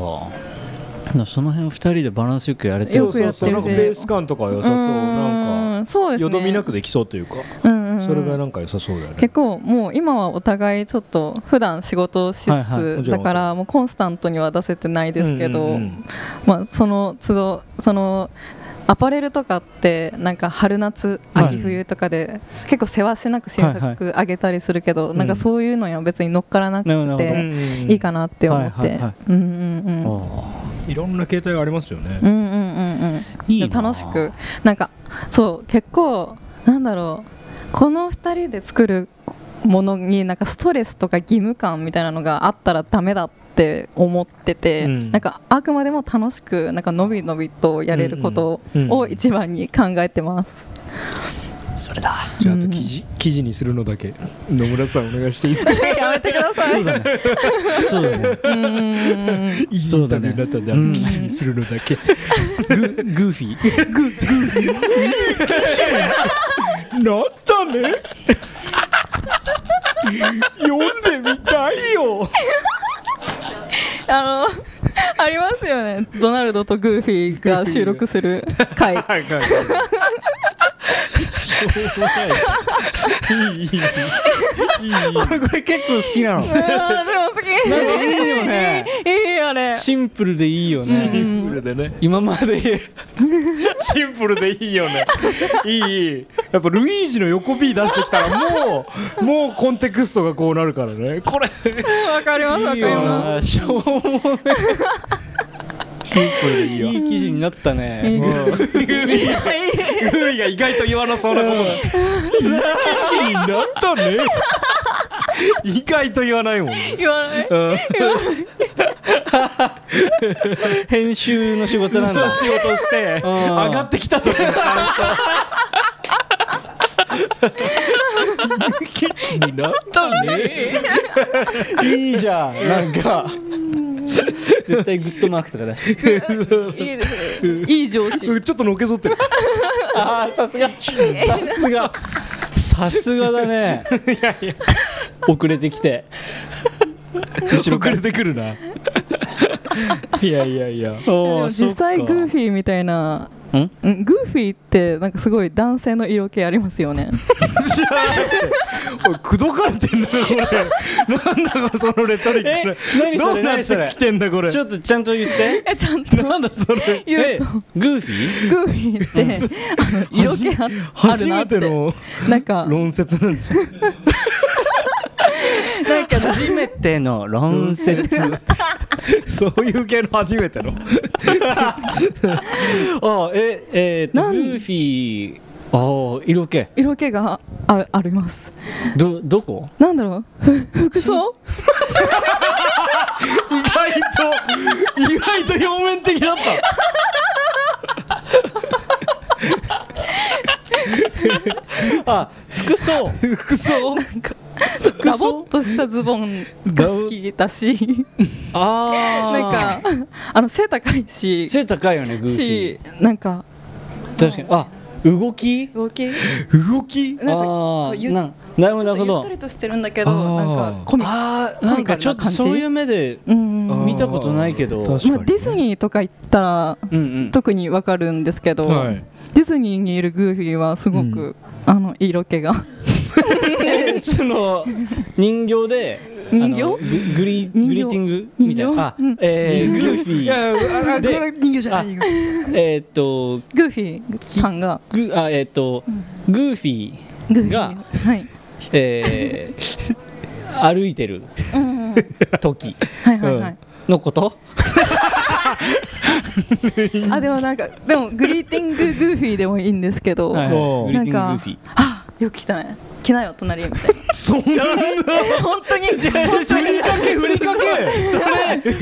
だからその辺を2人でバランスよくやれて
よくやって
そうそうそう
る
なん
し
かベース感とか良さそう。なんか
んそうですね
よどみなくできそうというか、
うんうんうん
それがなんか良さそうだよね。
結構もう今はお互いちょっと普段仕事をしつつ、
はいはい
もちろん
だからもうコンスタントには出せてないですけ
う
ど、
んうんうん
まあ、その都度そのアパレルとかってなんか春夏
はい
秋冬とかで、結構世話しなく新
はい
作あげたりするけど、なんかそういうのには別に乗っからなく
なるほど
ていいかなって思
はい
っ
はい
て
はい
うんうんうん
あ
いろんな形態がありますよね。
うんうんうんうん
あいいな
楽しくなんかそう結構なんだろうこの2人で作るものになんかストレスとか義務感みたいなのがあったらダメだって思ってて、
うん
なんかあくまでも楽しくなんかのびのびとやれることを一番に考えてます。
それだ
じゃああと記事記事にするのだけ野村さんお願いしていいですか。
やめてください。うん
そうだね
うんうんうん
いい
そうだね
旅になったんで、
うん
記事にするのだけ。
ググーフィー
なったね。読んでみたいよ。
あのありますよね。ドナルドとグーフィーが収録する回。
はいはいは
これ結構好きなの
うわーでも好き。
なんかいいよね
いいあれ。
シンプルでいいよ
い。シ
ね
ンプルでね。
今まで
シンプルでいいよね。いいいい。やっぱルイージの横 B 出してきたらもうもうコンテクストがこうなるからね。これ
わかりますわか
いい
り
よ
ま
なしょうもね
シンプルでいいよ。
いい記事になった
す。い
ね
い
グーイが意外と言わなそうなことだ。いい記事になったね。意外と言わないもんね。
言わない。
うん
編集の仕事なんだ
仕事して上がってきたときの感想になったね
いいじゃんなんか絶対グッドマークとか出して
いいですね。いい上司。
ちょっとのけぞってる
ああさすがさすがさすがだね遅れてきて
遅れてくるない
やいやいや
でも実際グーフィーみたいな。
ん
うんグーフィーってなんかすごい男性の色気ありますよね。
おい口説かれてんだこれなんだかそのレトリッ
え
ク
何そ
ど
れ
うな
何
っ
そ
て
れ
きてんだこれ
ちょっとちゃんと言って
えちゃんと
なんだそれ
言う
え
と
グーフィー
グーフィーってあの 色気ああ
初
るな
め
って
ての
なんか
論説 なんで
なんか
初めての論 説
そういう系の初め ての
あええー、と
なん
グーフィーああ色気
色気がああります。
どどこ
なんだろうふ服装？
意外と意外と表面的だった
あ服装
服装
ガボっとしたズボンが好きだし、
ああ
なんかあの背高いし、
背高いよねグーフィー
しなんか
確かにあ動き
動き
動き
なんか
あ
そ
あ
うゆ
ななるほどなるほ
ゆっ
ど
たりとしてるんだけ
あー
どなんかコミ
あーなんかちょっとそういう目で
うんうん
見たことないけど
確かに
まあ、ディズニーとか行ったら
うんうん
特にわかるんですけど、
はい
ディズニーにいるグーフィーはすごく、あの色気が
えその人形で
人形
あのググリ
人形
グリーティングみたいなあえーグルフィ
いやああ
で
これ人形じゃない
ーえーっと
グーフィーさんが
グあえーっとグーフィ
グ
ー
ーフィー
が
はい
えー歩いてる時
はいはいはい、
のこと
あでもなんかでもグリーティンググーフィーでもいいんですけど、
はいグリーティング
なん
グー
か
フィー
あよく来たね来なよ隣みたいな
そんな
本当に本当に
振りかけそれ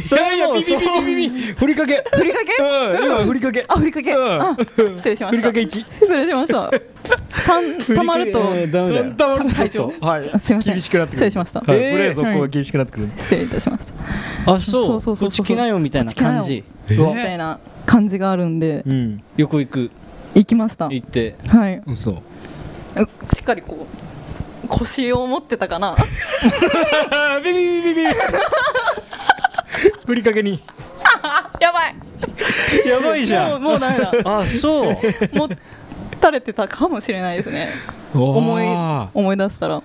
それもうビビビビビビ振りかけ
ふりかけ
うん今振りかけ
あふりかけ、
うん
あ失礼しました
ふりかけ1
失礼しました三たまると
えーダメだよ
ダブルタイトはい
すいません
厳しくなってくる
失礼しました、
はい
えー
ブレー続行が厳しくなってくるんで
失礼いたしました
あそう
そうそうそうそう
こっち来なよみたいな感じ
え
みたいな感じがあるんで
うん
旅行行く
行きました
行って
はい
嘘
うしっかりこう腰を持ってたかな
あビビビビビふりかけに
やばい
やばいじゃ
もうんもうダメだ
あそう
もう垂れてたかもしれないですね思い思い出したら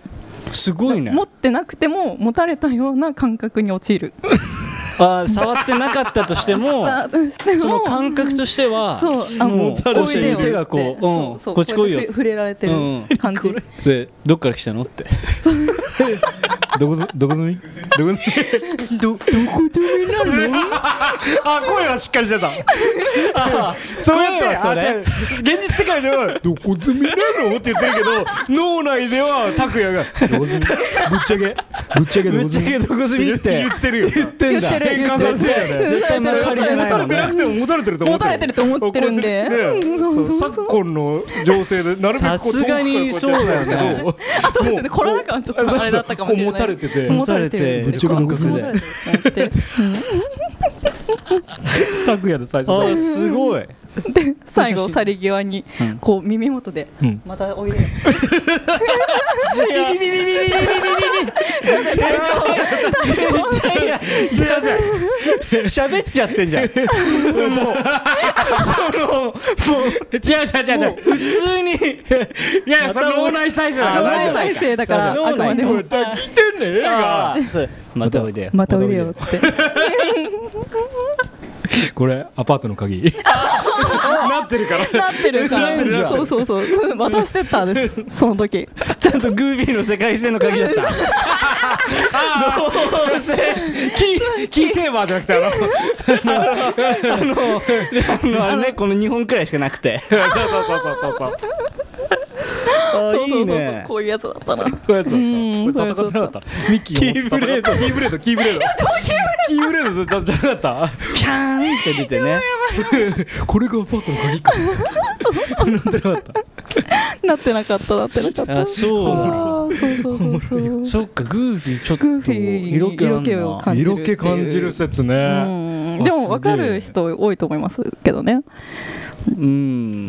すごいね
持ってなくても持たれたような感覚に陥る
あ触ってなかったとしても その感覚としては
そうあ
もう
もうおいでよって
手がこう
そ
うん
うそう
こっち来いよ
うやって触れられて
うん
る感じ
でどっから来たのって
どこぞどこぞみどこぞ
あ声はしっかりしてたそうやって
声はそれ
あ違う現実世界では「どこ住みなの?」って言ってるけど脳内では拓也が「どこ住みぶっちゃけ」
ぶっちゃけど
ぶ
こ
っ
ぞ
ちゃ
み
けどこ住みって
言ってるよ言っ
言ってんだ
変換されてるよね
絶対丸刈りじゃないも
持
ん
たれてなくて
ね
も持たれてると思って
持たれてると思ってるんで
こうやってね
うんそうそうそう
昨今の情勢でなるべくこう
さすがに
遠くからこやってやるけど
あそうですねコロナ禍はちょっとあれだったかもしれない
こう持たれてて
持たれてる
ぶっちゃけの靴で
持たれてるって思って
拓也で最初
あーすごい
で最後去り際に
うん
こう耳元で
うん
「またおいでよ」
すいません喋っちゃってんじゃんもうそのもう
違う違う違う違う
普通に
いやいやそれ脳内再生だから
あ
脳内再生だからあ
脳内
くまで
こう
も
やって聞いてんねん
あーそうまたおいでよ
「またおいでよ」って
これアパートの鍵
なってるから
なってるか
なってるじゃ
ら
ん
そうそうそう渡してたんですその時
ちゃんとグービーの世界線の鍵だ ったどうせ
キーキーセーバーじゃなくてあの
あのあのねこの2本くらいしかなくて
そうそうそうそうそうそう
あ
そう
い
そ
いう
そう
ね
こういうやつだったなキ
こういうやつだった
うん
これ戦ってなかったミッキーキーブレードキーブレードキーブレードキーブレードじゃなかった
ピャーンって出てね
これがアパートの鍵か
なってなかったなってなかった
あそう
あーそうそうそうそう
そっかグーフィーちょっと
グーフィー
色気あんな
色気
色
を感じるってい
気
う
感じる説ね
うんでも分かる人多いと思いますけどね
うん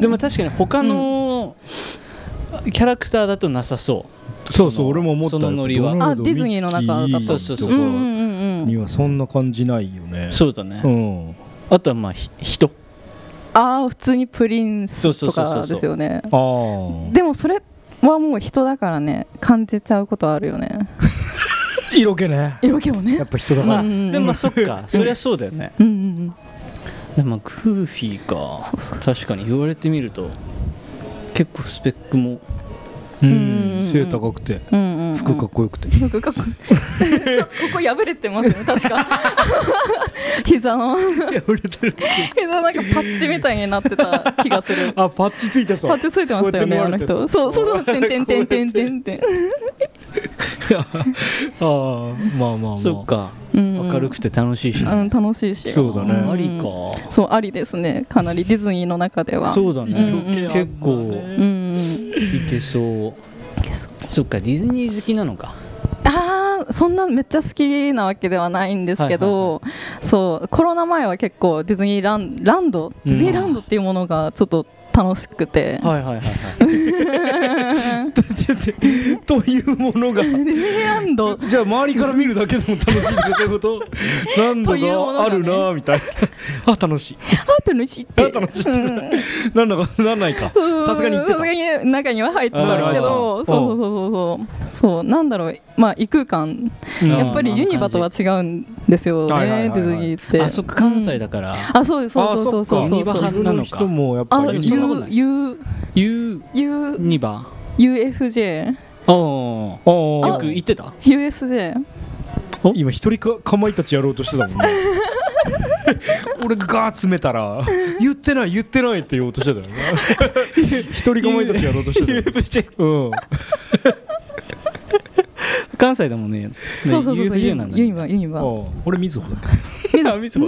でも確かに他のキャラクターだとなさそ
そうそう俺も思ったよ
そのノリは
ドナルド
あディズニーの中だった
ミッキー
そうそうそう
と
そ
か
う
うんうん
にはそんな感じないよね
うそうだね、
うん
あとはまあひ人
ああ普通にプリンスと
そうそうそう
か
そう
ですよね
ああ
でもそれはもう人だからね感じちゃうことあるよね
色気ね
色気をね
やっぱ人だか
まあ
ら
でもまあそっかそりゃそうだよね
うんうん
でもまあグーフィーか
そうそうそう
確かに言われてみると結構スペックも
う
うん
ん背高くて
うんうんうんうん
服かっこよくて
なんかかっこちょっとここ破れてますね確か膝の膝なんかパッチみたいになってた気がする
あパッチついてそう
パッチついてましたよね
こ
あ
うや
の
って乗ら
人
れて
そうそうそうてんてんてんてんてんてん
ああまあまあまあ
そっか
うんうん
明るくて楽しいしね
うん楽しいし
そうだね
あり
そうありですねかなりディズニーの中で
か
は
そうだね
うんうん
結構
うんうん
いけそうそっかディズニー好きなのか
ああそんなめっちゃ好きなわけではないんですけど、そうコロナ前は結構ディズニーランランドディズニーランドっていうものがちょっと楽しくて、
はいはいはいはい。と とというものが。
ディズニーランド
じゃあ周りから見るだけでも楽しいってこということ 何度
というもの
かあ
がね
るなぁみたいなあ楽しい
あ楽しいって
あ楽しいって
うん
なんだかなんないか
うん
さすがに言ってた
さすがに中には入ってたけ
あー
どそうそうそうそうそうそうなんだろうまあ異空間
うん
やっぱりユニバとは違うんですよ
はいはいはい
ね
はい
ディズニーって
あそっか関西だから
あそうですそうそうそうそう
あそっかユニバ
そう
派なのか
人もやっぱ
あ
り
ユニバ派
ゆゆ
U
ゆ
2番
UFJ
お
あ
ー
あ
よく言ってた
USJ
今一人かかまいたちやろうとしてた もんね俺がガー詰めたら言ってない言ってないって言おうとしてたよね一人かまいたちやろうとしてたよねうん
関西だもんね
そうそうそうそうユ
UFJ
ニ
な
バ
んだ
ユニバユニバ
ああ俺水穂だ
あみつも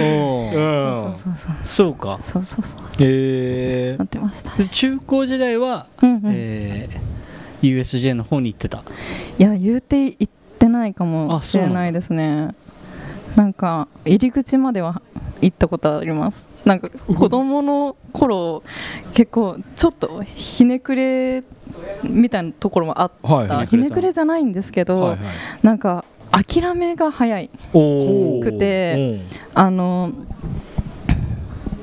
おー
そうそうそう
そうか
そうそうそう
へえ
なってました
で中高時代は
うんうん
えー USJ の方に行ってた
いや言うて行ってないかもしれないですねなんか入り口までは行ったことありますなんか子供の頃結構ちょっとひねくれみたいなところもあっ
はい
た
はい
ひねくれじゃないんですけど、
はい
なんか諦めが早い
お
くてあの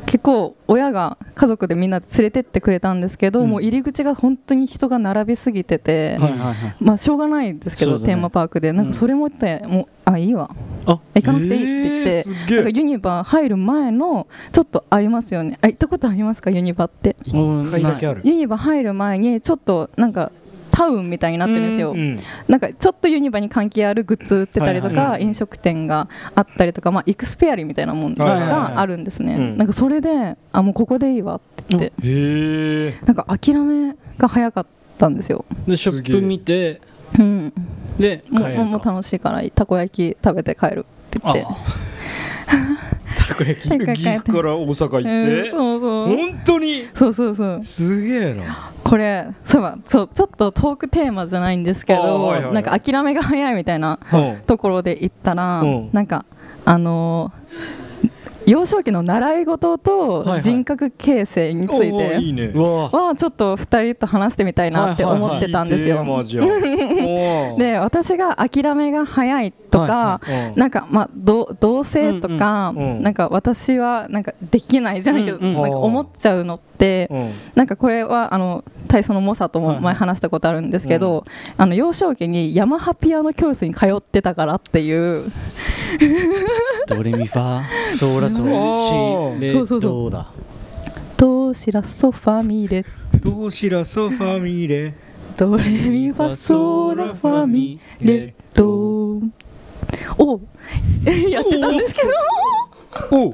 結構親が家族でみんな連れてってくれたんですけど、もう入り口が本当に人が並びすぎてて、
はいはいはい
まあしょうがないですけ
そ
ど、
うだね
テーマパークでなん
うん
かそれもって、もうあいいわ
あ
行かなくていいって言って、なんかユニバ入る前のちょっとありますよねあ行ったことありますかユニバって
一
回だけある
ユニバ入る前にちょっとなんかタウンみたいになってるんですよ、
うん
なんかちょっとユニバに関係あるグッズ売ってたりと
は
か、
いはいはい
飲食店があったりとか、まあ、イクスペアリみたいなもん
はいはいはい
があるんですね、
うん
なんかそれであもうここでいいわって言って、
へえ
なんか諦めが早かったんですよ、
でショップ見て
うん、
で
も
帰
う
る
も
か
うもう楽しいからたこ焼き食べて帰るって言
あ
って
たこ焼き
大会
岐
帰っ
阜
て
から大阪行って、
うんそうそう
本当に
そうそうそう
すげえな
これそういえばそうちょっとトークテーマじゃないんですけ
あー
ど、
はいはいはい
なんか諦めが早いみたいな
うん
ところで行ったら、
うん
なんかあのー幼少期の習い事
はいは
と
い
人格形成につい
おーい
て
いね
うわ
はちょっと2人と話してみたいなって思ってたんですよ。
いいテーマじゃんおー
で私が諦めが早いと
は
か、
うん
なんかまあど同性とか、
んうんうん
なんか私はなんかできないじゃないけど、
うんうん
なんか思っちゃうのって、
うん
なんかこれはあの体操の猛者とも前話したことあるんですけど、あの幼少期にヤマハピアノ教室に通ってたからっていう
ドレミファソーラソ
おー
ーシレ
そうそうそう
ドだ
ドシラソファミレ
どうしらソファミレ
ドレミファソラファミレドを やってたんですけど
おう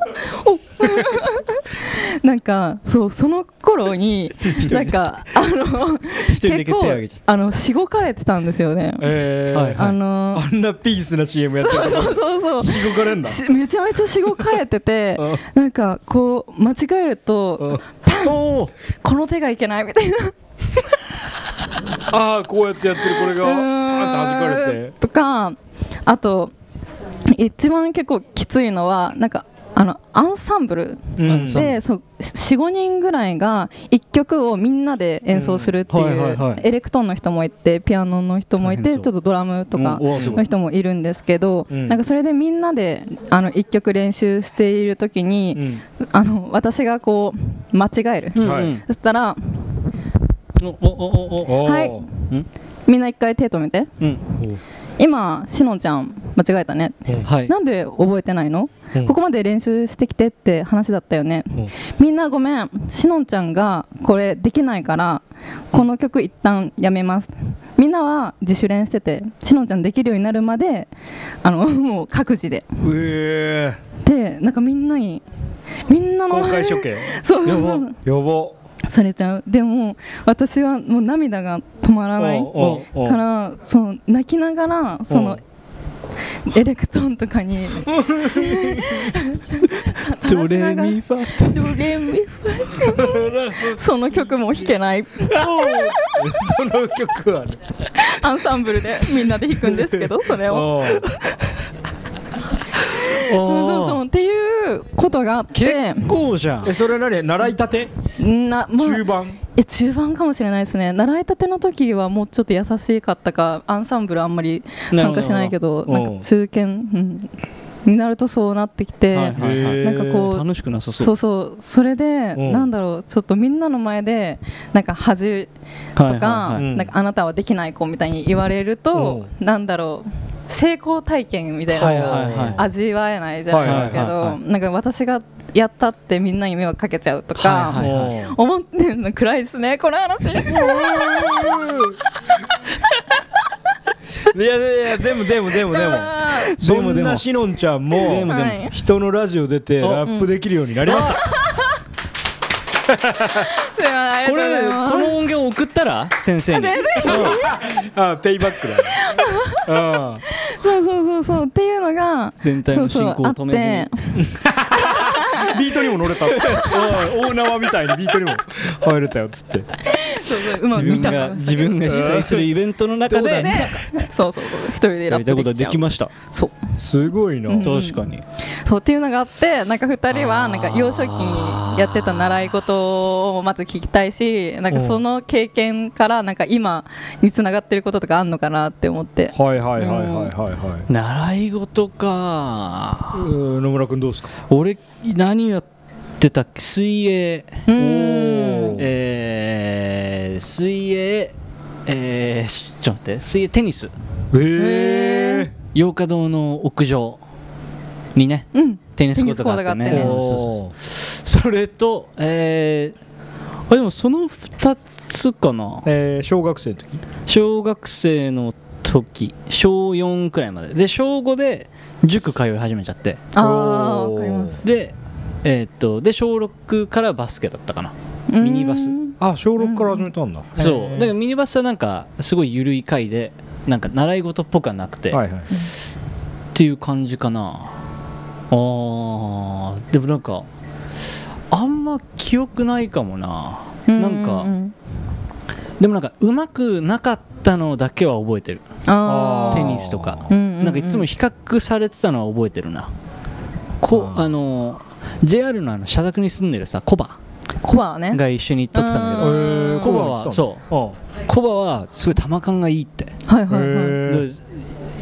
なんかそうその頃になんかあの
人だけ
結構
手挙げちゃっ
あのしごかれてたんですよね。
えー
はい
あの
あんなピースな CM やってた
そうそうそう
しごかれんだ
しめちゃめちゃしごかれてて
うん
なんかこう間違えると
おー
この手がいけないみたいな
ああこうやってやってるこれがあんた弾かれ
うーんとかあと一番結構きついのはなんかあのアンサンブル
てうん
そう
で45人ぐらいが1曲をみんなで演奏するって
うんはい
い
はいは
う
い
エレクトーンの人もいてピアノの人もい
大変
てち
そ
ょ
う
っとドラムとか
うんおーすごい
の人もいるんですけど
うん
なんかそれでみんなであの1曲練習している時
う
に
ん
あの私がこう間違える
うんうん
はい
そしたら
おおおおお
おー
はいみんな一回手止めて
うん
今しのちゃん間違えたね
はい
なんで覚えてないの、
うん
ここまで練習してきてって話だったよね、
うん
みんなごめんしのんちゃんがこれできないからこの曲一旦やめますみんなは自主練しててしのんちゃんできるようになるまであの もう各自で
え
でなんかみんなにみんな
ー
の
公
前
開
で
処刑
そう
や ばやば
されちゃうでも私はもう涙が止まらない
おうおうおう
からその泣きながらそのエレクトーンと かに
ドレミファ
ドレミファその曲も弾けない
その曲ある
アンサンブルでみんなで弾くんですけどそれを
おー
そうそうそうっていうこことがあって
結構じゃん
えそれは何習いたて
な、まあ、
中盤
いや中盤かもしれないですね習いたての時はもうちょっと優しかったかアンサンブルあんまり参加しないけど
な
な
るほど
んか中堅、うん、になるとそうなってきて、
はいはいはい
なんかこう
楽しくなさそう
そうそうそれで、
うん
なんだろうちょっとみんなの前でなんか恥とか、
はいはいはい
うん
なんかあなたはできない子みたいに言われると、なんだろう成功体験みたいなのが、
はいはいはい
味わえないじゃないですけ
は
ど、
いはいはい
なんか私がやったってみんなに迷惑かけちゃうとか、
はいはいはい
思ってんの暗 いですねこの話
いやいやいやでもでもでもでも
で
そ
もでも
んなしのんちゃん
でも
も
でも
はい
人のラジオ出てラップできるようになりました
これ
すいませんありがとうござい
こ
ます
の音源送ったら先生に
あペイバック だね
そうそうそうそうっていうのが
全体の進行を止め
そうそうあって
うんビートにも乗れ たおい大縄みたいにビートにも入れたよっつって
そうそううまく
自
見
分
たか
が
も
自分が主催するイベントの中で
そうそうそう一人で
や
ラッ
りたいこ
プで
とは
きち
で
ゃう
きました
そう
すごいな
うん
確かに
そうっていうのがあってなんか二人はなんか幼少期にやってた習い事をまず聞きたいしなんかその経験からなんか今につながってることとかあんのかなって思って
はいはいはいはいはいはい
習い事か
うー野村君どうですか
俺何やってたっけ水泳
うーん
えー、水泳えー、しちょっと待って水泳テニス
え
洋華堂の屋上にね
うん
テニスコートがあってね
テニス
うん
コートがあってね
そうそうそうそれとえー、あでもその2つかな
えー小学生の時
小学生の時小4くらいまでで小5で塾通い始めちゃって
ああわかります
でえーっとで小6からバスケだったかなミニバス
うん
あ小6から始めたんだ
そうだ
だ
からミニバスはなんかすごい緩い回でなんか習い事っぽくはなくて、
はいはい
っていう感じかなあーでもなんかあんま記憶ないかもななん
う
か
ん
でもなんかうまくなかったのだけは覚えてる
あー
テニスとか
うんうんうん
なんかいつも比較されてたのは覚えてるなこ
あー
あの JR のあの社宅に住んでるさコバ
コバはね
が一緒に撮ってたんだけ
え
ど
ー
コバ
言ってたの
はそう
う
コバはすごい球感がいいって、
はいはい
へ
はい
ー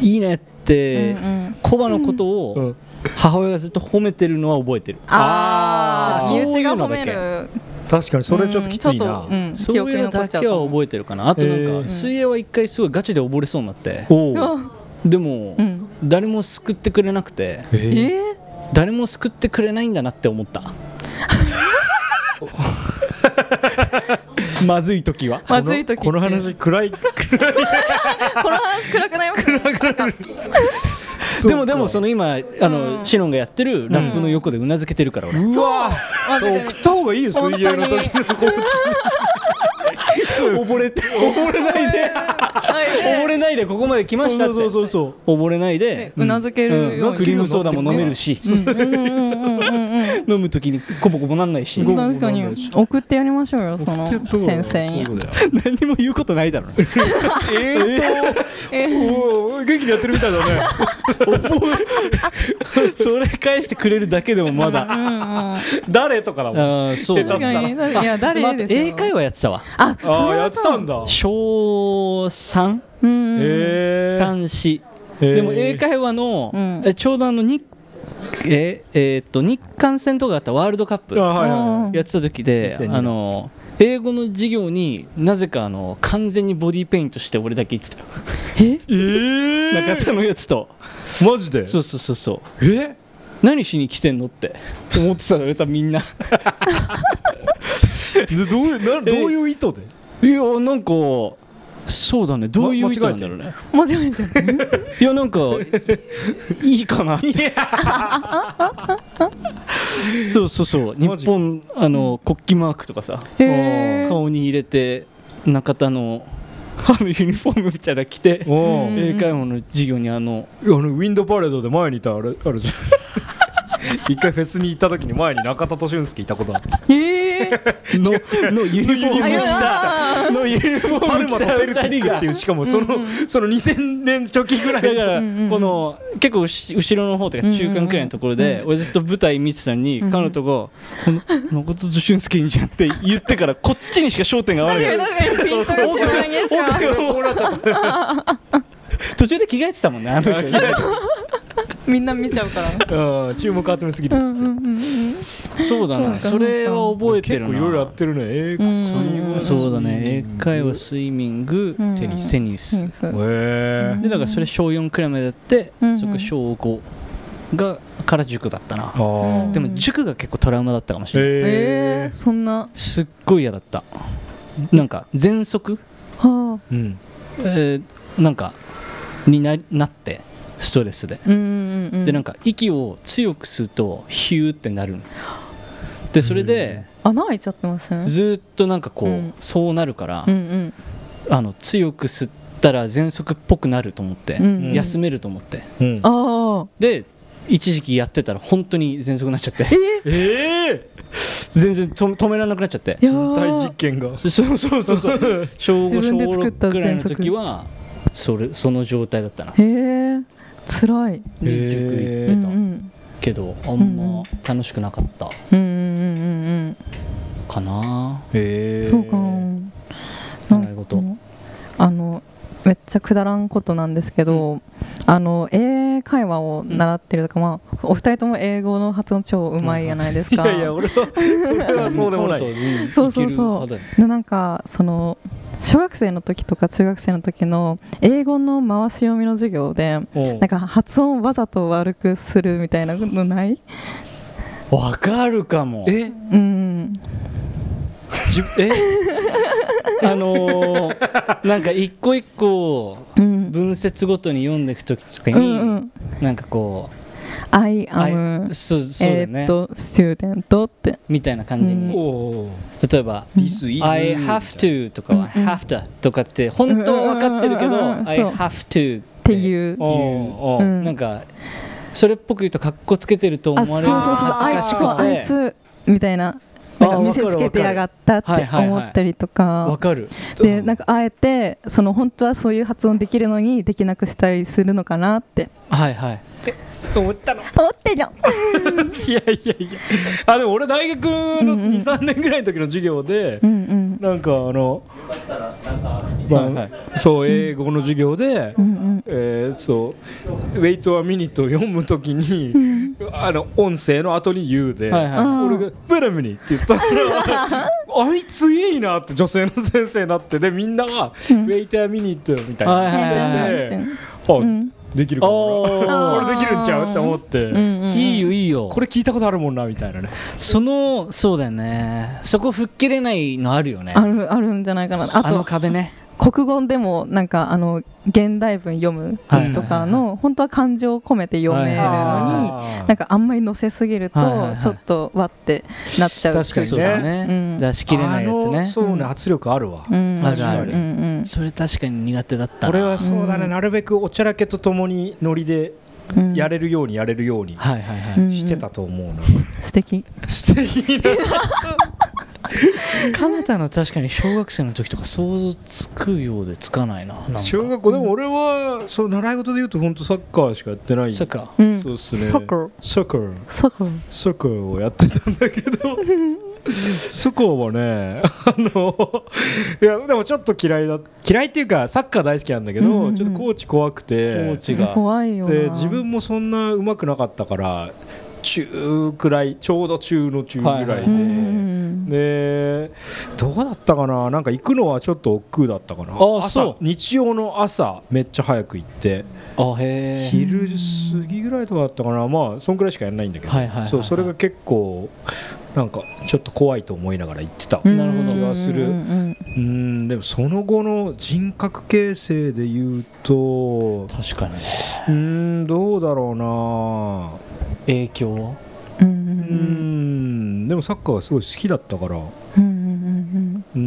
でいいねって、
うんうん
コバのこと
う
を
ん
母親がずっと褒めてるのは覚えてる、
あ
あー
あ身内が
そういうの
褒
だ
め
け
る
確かにそれちょっときついな、
うんちょっとうん
そういうのだけは覚えてるかなあとなん
へ
か
ー
水泳は一回すごいガチで溺れそうになって、
おお
あ
でも、
うん
誰も救ってくれなくて
えー
えー
誰も救ってくれないんだなって思った まずい時は
まずい時って
この話暗い
この話暗くないわけ
でもでもその今あの、シノンがやってるラップの横でうなずけてるから、俺
うわ
マジ
そう
で
送った方がいいよ水
本当に
泳の時のコー
溺れて溺れないで溺れないでここまで来ま
チ
したって
そうそうそうそう
溺れないで
ねうなずけるように
クリームソーダも飲めるし、 飲む時にコボコボなんないし、
ご
確かに送ってやりましょうよその先生に
そういうことだよ
何も言うことないだろうね
おー元気にやってるみたいだね
それ返してくれるだけでもまだ
誰とかだもん
あーそうだ
確かにいや誰
まああと
ですよ
英会話やってたわ
あそれ
ああや
は
って
そ
た
うん
だ
小3
うんうん
えー
三四
えー
でも英会話の、
ん
えちょうどあの日ええーっと日韓戦とかあったワールドカップ
あはいはいはい
やってた時で
2002年
あの英語の授業になぜかあの完全にボディーペイントして俺だけ言ってたよ
えー
中田のやつと
マジで
そうそうそうそう
え
何しに来てんのって思ってたのよ多分みんな
でどういうなどういう意図で
いやなんかそうだねどういう意図なんだろうね
間違えちゃった
いやなんかいいかなってそうそうそう
マ
日
ジ
本あの国旗マークとかさ
へー
顔に入れて中田のあのユニフォームみたいなの着て
おおー
英会話の授業にあの
あのウィンドパレードで前にい たあれあるじゃん一回フェスに行った時に前に中田敏俊介いたことある
え
の のユニフォームを着たのユニフォ
パ
ーム
ル
を
マ
着
と
た
セルティッ
2
ク
人
っ
が
ていうしかもその,、その2000年初期ぐらい
だから、この結構うし後ろの方というか中間くらいのところで、俺ずっと舞台見てたのに、彼女が「この誠と俊介いいじゃん」って言ってからこっちにしか焦点が合わないから 途中で着替えてたもんねあの人
みんな見ちゃうから
うん注目集めすぎるっつって、
そうだねそれは覚えて
結
るな
構いろいろやってるねえーそういう
そうだね英会話スイミング、
うん
テニステニス、
そう
へ
でだからそれ小4くらいまでやって、
うんうん
そこ小5がから塾だったな
あ、ー
でも塾が結構トラウマだったかもしれない、
へ
えー、
え
そんな
すっごい嫌だったなんか喘息、
はあ
うん
えーなんかにななってストレスで、
うんうんうん
でなんか息を強く吸うとヒューってなるのでそれで
穴開いちゃってません
ずーっとなんかこう、
うん
そうなるから、
うんうん
あの強く吸ったら喘息っぽくなると思って、
うんうん
休めると思って
うん
ああ
で一時期やってたら本当に喘息になっちゃって
ええ
全然と止められなくなっちゃって
いや
ー、大
ー
実験が
そそうそうそうそう小
自
5小
分で作った
6くらいの
喘息
時はそれその状態だったな
へえー、つらい
で塾
へえ
行って
う
た
ん
けどあん
うんう
ま
ん
楽しくなかった
うんうんうんうん
かな
へ
う
え
んそうか
習い事
あのめっちゃくだらんことなんですけど、あの英会話を習ってるとか、まあ、お二人とも英語の発音超うまいじゃないです
い
か。
やいや俺は俺はそうでもない
コントに
そうそうそ
いける派だ
う
よ
でなんかその小学生の時とか中学生の時の英語の回し読みの授業で
おう
なんか発音わざと悪くするみたいなのない
わかるかも
え
うん
じえ
あのーなんか一個一個
うん
文節ごとに読んでいく時とか
う
に、
んうん
なんかこう
I
あ
am
いそうそうだ
え
よね、
ーっと student って
みたいな感じに、
おお
例えば
リスイ
I have to とかは
うんうん
have to とかって本当は分かってるけ
うんうんうんうん
ど
うん
I
そう
have to っ
っていう
お
おお
うん
なんかそれっぽく言うと格好つけてると
あ
思
そ
わ
う
れる
そうそうそうあい
恥ず
そうあい
かしくて
つみたいななんか見せつけてやがったって
はいはいはい
思ったりと
わ
か
かる
でなんかあえてその本当はそういう発音できるのにできなくしたりするのかなって
はいはい
思ってる
いやいやいやあでも俺大学の23年ぐらいの時の授業で
うんうん
なんかあのまあそう英語の授業で、
うんうん
えーそう「Wait a minute」を読むときに、あの音声の後に言うで、
はいはい
あ
俺が「ブラムニ」って言ったらあいついいなって女性の先生になってでみんなが「Wait a minute」みたいな、
はいはいはい
で
うん
あ、
ん
できるかも俺
お
俺できるんちゃうって思って、
うんうん
いいよいいよ
これ聞いたことあるもんなみたいなね
そのそうだよねそこ吹っ切れないのあるよね
あるあるんじゃないかなあ
あの
と
壁ね
国語でもなんかあの現代文読む時とか
はいはいはい
の本当は感情を込めて読める
あ
のに
あー
なんかあんまり載せすぎると
はいはいはい
ちょっとわってなっちゃう
確かにね
そうだね、
うん
出し切れないやつ
あの
ね
そうね圧力あるわ、
うん、
あるある
うんうん
それ確かに苦手だったな
俺はそうだね、
うん
なるべくおちゃらけとともにノリで
うん
やれるようにやれるように
はいはいはい、
うんうん
してたと思うな、
素敵
素敵 な
カナダの確かに小学生の時とか想像つくようでつかないななんか
小学校でも俺はそう習い事で言うと本当サッカーしかやってない
そっか
うん
そうっすね
サッカー
サッカー
サッカー
サッカーをやってたんだけ どサッカーはねあのいやでもちょっと嫌いだ嫌いっていうかサッカー大好きなんだけど、
うんうんうん
ちょっとコーチ怖くて
コーチが
怖いよな
で自分もそんなうまくなかったから中くらいちょうど中の中ぐらいで、
はいはい
うんうん
でどうだったかななんか行くのはちょっと億劫だったかな
あ
朝
そう
日曜の朝めっちゃ早く行って
あへえ
昼過ぎぐらいとかだったかなまあそんくらいしかやらないんだけど、
はいはいはいはい
そうそれが結構なんかちょっと怖いと思いながら行ってた、
うん
なるほど
気がする
うんうん
うんでもその後の人格形成で言うと
確かに
うんどうだろうな
影響は
う
うんう
んんでもサッカーがすごい好きだったからう
うんうん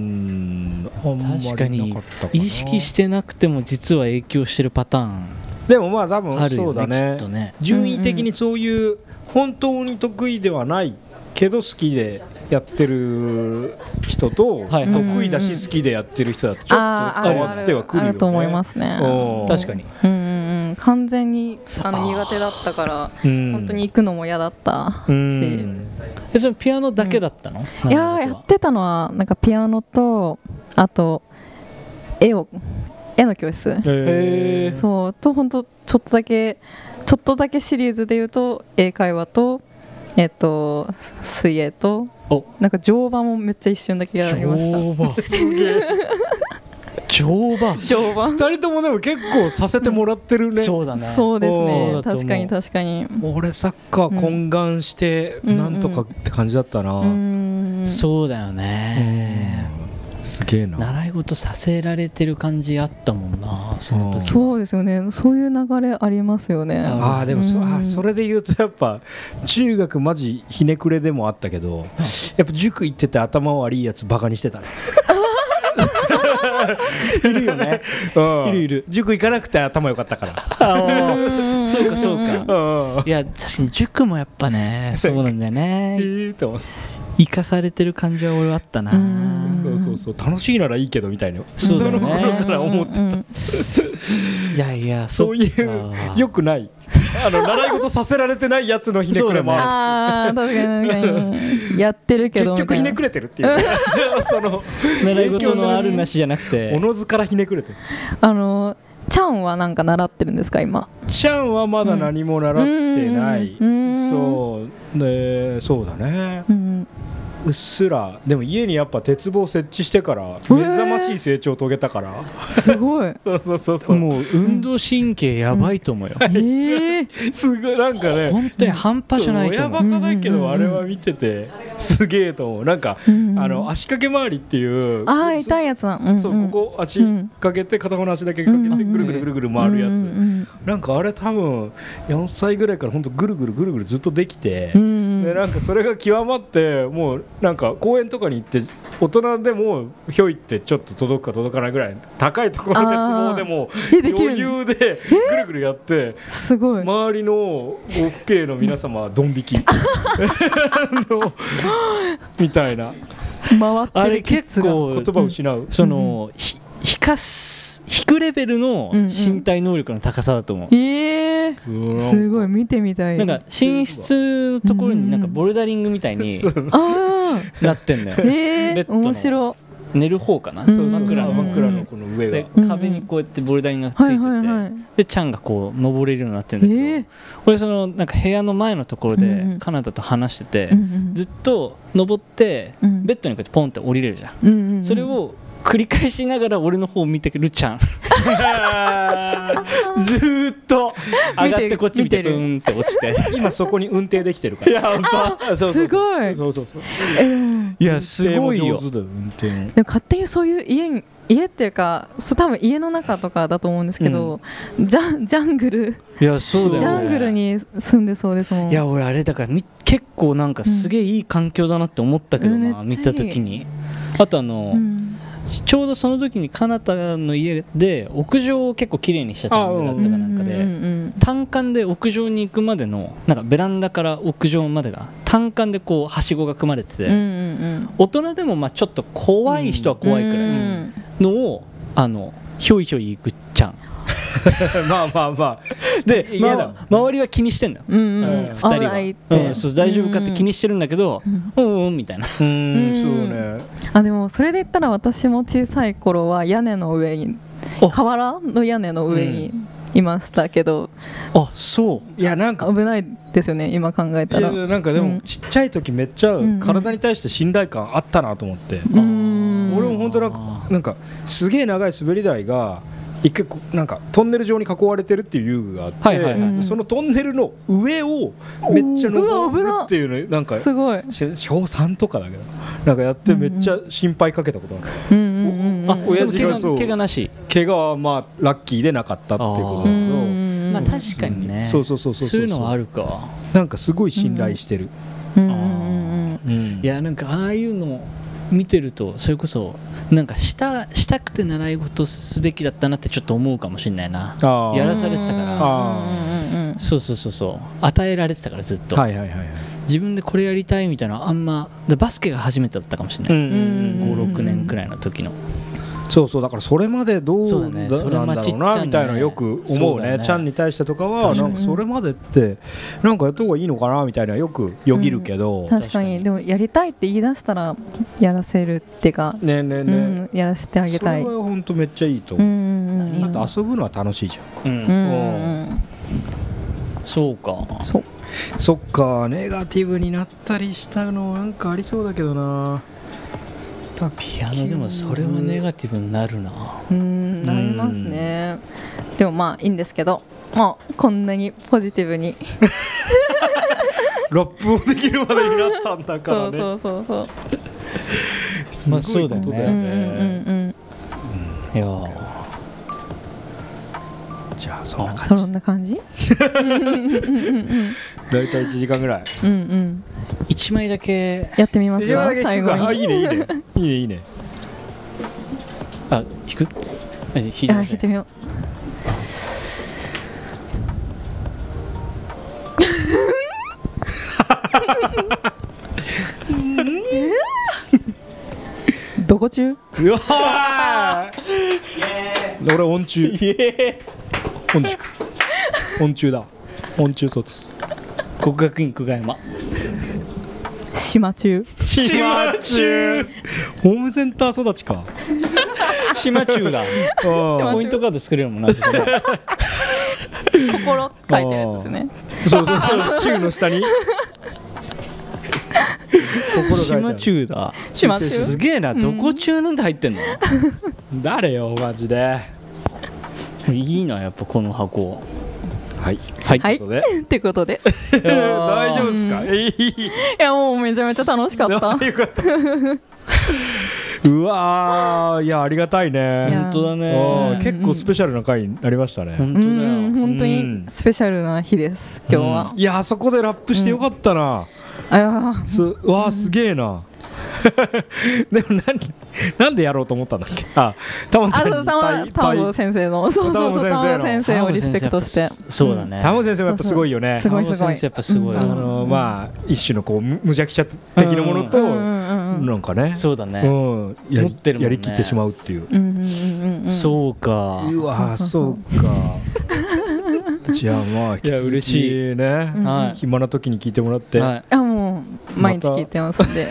ーんあんま
確か
り
に
なかったかな
意識してなくても実は影響してるパターン
でもまあ多
あ
分
る
そ
よ
うだ
ね
ね
きっとね
順位的にそういう本当に得意ではないけど好きでやってる人と
はい
得意だし好きでやってる人だとちょっと変
あー
わってはくるよね
あるあるあると思いますね
うん
確かに
うんうんうん完全にあの苦手だったから
うん
本当に行くのも嫌だったし、
うん
えそれピアノだけだったの、
いやーやってたのはなんかピアノとあと絵を絵の教室
へえ
そうと本当ちょっとだけちょっとだけシリーズで言うと英会話とえっと水泳と
お
なんか乗馬もめっちゃ一瞬だけやりました
乗馬すげえ乗馬
乗馬
二人ともでも結構させてもらってるね
そうだね
そうです
お
ね
ー
確かに確かに
俺サッカー懇願して
うん
なんとかって感じだったな、
うーん
そうだよね、
すげえな
習い事させられてる感じあったもんなその時
そうですよねそういう流れありますよね
あ
ああでもそ,、
うん
あそれで言うとやっぱ中学マジひねくれでもあったけど、やっぱ塾行ってて頭悪いやつバカにしてたねいるよね、 うん
いるいる
塾行かなくて頭良かったから
あ そうかそうか
うん
いや確かに塾もやっぱねそうなんだよ
え
ね
ーって思って
生かされてる感じは俺はあったな
うん
そうそうそう楽しいならいいけどみたいな
そうだよね
の頃から思って
うんうんうん
いやいや
そういう良くないあの習い事させられてないやつのひねくれもある
あー確かに確かにやってるけど
結局ひねく
れ
れてるっていうその
習い事のあるなしじゃなくて
おのずからひねくれてる
あのちゃんはなんか習ってるんですか今
ちゃんはまだ何も習ってない、
うん
そうでそうだね
うん
うっすらでも家にやっぱ鉄棒設置してから目覚ましい成長を遂げたから、
すごい
そうそうそうそう
もう運動神経やばいと思うよ、
えー、
すごいなんかね
本当に半端じゃないと
親
思
バ
う
カだけ
うんう
ど
ん
あれは見ててすげえと思うなんか、
うんうん
あの足掛け回りっていう
あー痛いやつだ、うんうん、
そうここ足かけて片方の足だけかけてぐるぐるぐるぐる回るやつ、
うんうん
なんかあれ多分4歳ぐらいからほんとぐるぐるぐるぐるずっとできて、
うんうん
でなんかそれが極まってもうなんか公園とかに行って大人でもひょいってちょっと届くか届かないぐらい高いところの鉄棒でも
えできる
余裕でぐるぐるやって
すごい
周りのご父兄の皆様はドン引きあのみたいな
回って
あ
る
れ
ケ
結
ツが
構
言葉を失う、
その、ひ引かす引くレベルの身体能力の高さだと思う、
えー、すごい見てみたい
なんか寝室のところになんかボルダリングみたいに
あー
なってんのよ、
え
ベッ
ー、
ドの
面白
寝る方かな、
うん
枕の
うん
枕のこの上が
で、
うん
壁にこうやってボルダリングがついて
は
て、
いはいはい
でちゃんがこう登れるようになってるんだけど、
えー
俺そのなんか部屋の前のところで、
うんうん
カナダと話してて、
うんうん
ずっと登って、
うん
ベッドにこうやってポンって降りれるじゃん、
うんうんうん
それを繰り返しながら俺の方を見てくるちゃんずーっ と上がってこっち見て
見てる
ブーンって落ち て
今そこに運転できてるからやば
すごい
そうそうそう
いやすごいよ
運転も上手だ運転も
でも勝手にそういう家に家っていうかそう多分家の中とかだと思うんですけど、ジャンジャングル、
いやそうだよね
ジャングルに住んでそうですもん
いや俺あれだからみ結構なんかすげえいい環境だなって思ったけどな、
うんめっ
見
ちゃいい
た時にあとあの、
うん
ちょうどその時にカナタの家で屋上を結構綺麗にしちゃったんだったかなんかで、
うんうん
単管で屋上に行くまでのなんかベランダから屋上までが単管でこうはしごが組まれてて、
うんうんうん
大人でもまあちょっと怖い人は怖いく
う
らい
ん
のを、あのひょいひょい行くちゃん
まあまあまあ
で、
嫌だ
ま周りは気にしてんだよ、
うんうん
うん
うん
2人
危ないっ
は、
て、
うんそう大丈夫かって気にしてるんだけど、うん、うんみたいな
うーんそう
うん
ね
あでもそれで言ったら私も小さい頃は屋根の上に
お
瓦の屋根の上にいましたけど、
あそう
いやなんか
危ないですよね今考え
い
た
や
ら
なんかで
う
も
ん
ちっちゃい時めっちゃ
んうん
体に対して信頼感あったなと思って、
うん
俺も本当なんかなんかすげえ長い滑り台が一回こうなんかトンネル状に囲われてるっていう遊具があって、
はいはいはい
そのトンネルの上をめっちゃ登るっていうのなんか
すごい、
し小3とかだけどなんかやってめっちゃ心配かけたことある、
うんうんうんうん、
あ
親
親
父
父
が
が
そう
怪我なし、
怪我はまあラッキーでなかったっていうことだけ
う
ど、
うん
まあ確かにね
そうそうそうそう
そういうのはあるか
なんかすごい信頼してる、
うんうんうんうん
うん
いやなんかああいうの見てるとそれこそなんかしたしたくて習い事すべきだったなってちょっと思うかもしれないな
あー
やらされてたから
あー
うんうんうん
そうそうそうそう与えられてたからずっと、
はいはいはいはい
自分でこれやりたいみたいなあんまでバスケが初めてだったかもしれない、
うんうんうん
56年くらいの時の
そうそうだからそれまでどう
そう
な
だ
ん
ね
だ
それ
ろう
ま
な
ちっちゃいね
みたいなよく思
そうう
ね
だね
ちゃんに対してとかは
確
な
か
ん
に
かそれまでってなんかやった方がいいのかなみたいなよくよぎるけど、
確かにでもやりたいって言い出したらやらせるっていうか、
ねえねえ
う
ね
ん、やらせてあ
え、
げ
そ
たい
れ
うん
は本当めっちゃいいと
う
思う、
んうんうん
だって遊ぶのは楽しいじゃん
うん
うんうん
そうか
そう
そっかネガティブになったりしたのなんかありそうだけどな
ピアノでもそれはネガティブになるな
うんなりますねでもまあいいんですけどもうこんなにポジティブに
ラップをできるまでになったんだから
そ
ね
うそうそうそう
まあそうだよ
うんうん
ねい
うん
やー
じゃあそんな
そんな感じ
大体1時間ぐらい
うんうん
一枚だけ
やってみます
一
か
枚だけ
最
聞く
後
かあい
に
いねいいねいいねいいね
あ弾くあ弾いて
あ
くだ
弾
さ
い
い
てみようどこ中
うわー俺音中音中音中だ音中卒
国学院久我山
島中
島中ホームセンター育ちか
島中だ
うん
ポイントカード作れるもんな あ
心書いてるやつですね
そうそうそう中の下に心が
島中だ
島中
すげえなどこ中なんて入ってんの、
誰よマジで
いいなやっぱこの箱
はい
はい、
はい
ということで
ってことで
大丈夫ですかえい
いやもうめちゃめちゃ楽しかっ た
よかったうわーいやありがたい
いや
ね
本当だ
うん
ね
結構スペシャルな回になりましたね
本当
う
だよ、
ん本当
うん
にスペシャルな日です今日は、
いやあそこでラップしてよかったな、
あやー
すうわあすげえな でも何なんでやろうと思ったんだっけあたまち
あ
ゃん
そう
に
たま
た
た
い
ま先生のそうそうそう
た
た
ま先生の
ま先生をリスペクトして
そうだね
たま先生もやっぱすごいよね
すごい
タモ
すご
先
い
生やっぱすごい
うん
あのまあ一種のこうむ無邪気者的なものと、
うんうんうん
なんかね
そうだね、
うんや
持ってるもん
や
ね
りきってしまうっていう
うんうんうんうん
そうか
うわ
そう
そうか じゃあまあ
いや嬉しいね、
うん
はい
暇な時に聞いてもらって、
はい
あもう毎日聞いてますんで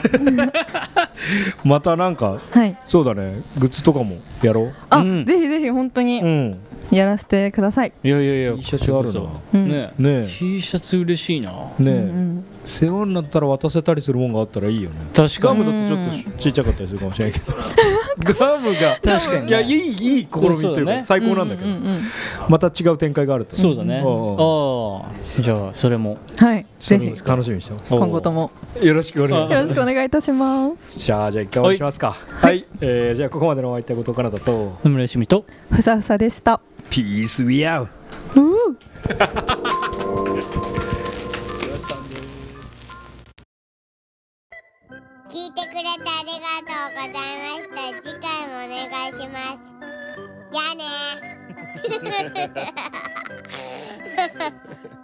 またなんか
はい
そうだねグッズとかもやろ
あ、
うん
ぜひぜひ本当
うう
に
ん
やらせてください、
いやいやいや
T シャツあるな
うん
ね
ねえ
T シャツ嬉しいな
ね
う
え、
ん
世話になったら渡せたりするもんがあったらいいよね
確か
ガ
に
ムだってちょっとちっちゃかったりするかもしれないけ どガムが
確かにね
いやいいいい試みという
そうだ
か
ね
最高なんだけど、
うんうんうん
また違う展開があると
そうだねあ
うん
あじゃあそれも
はい
そ
ぜ
れ
ひ
楽しみにしてます
今後とも
よろしくお願いし
よ
ま
ろしくお願いいたしま
す
す
じゃあじゃあ一回お会いしますかはい、えーじゃあここまでのお相手は後藤かなだと
野村よしみと
ふさふさでした
ピースウィアウ
うー
聞いてくれてありがとうございました次回もお願いしますじゃあね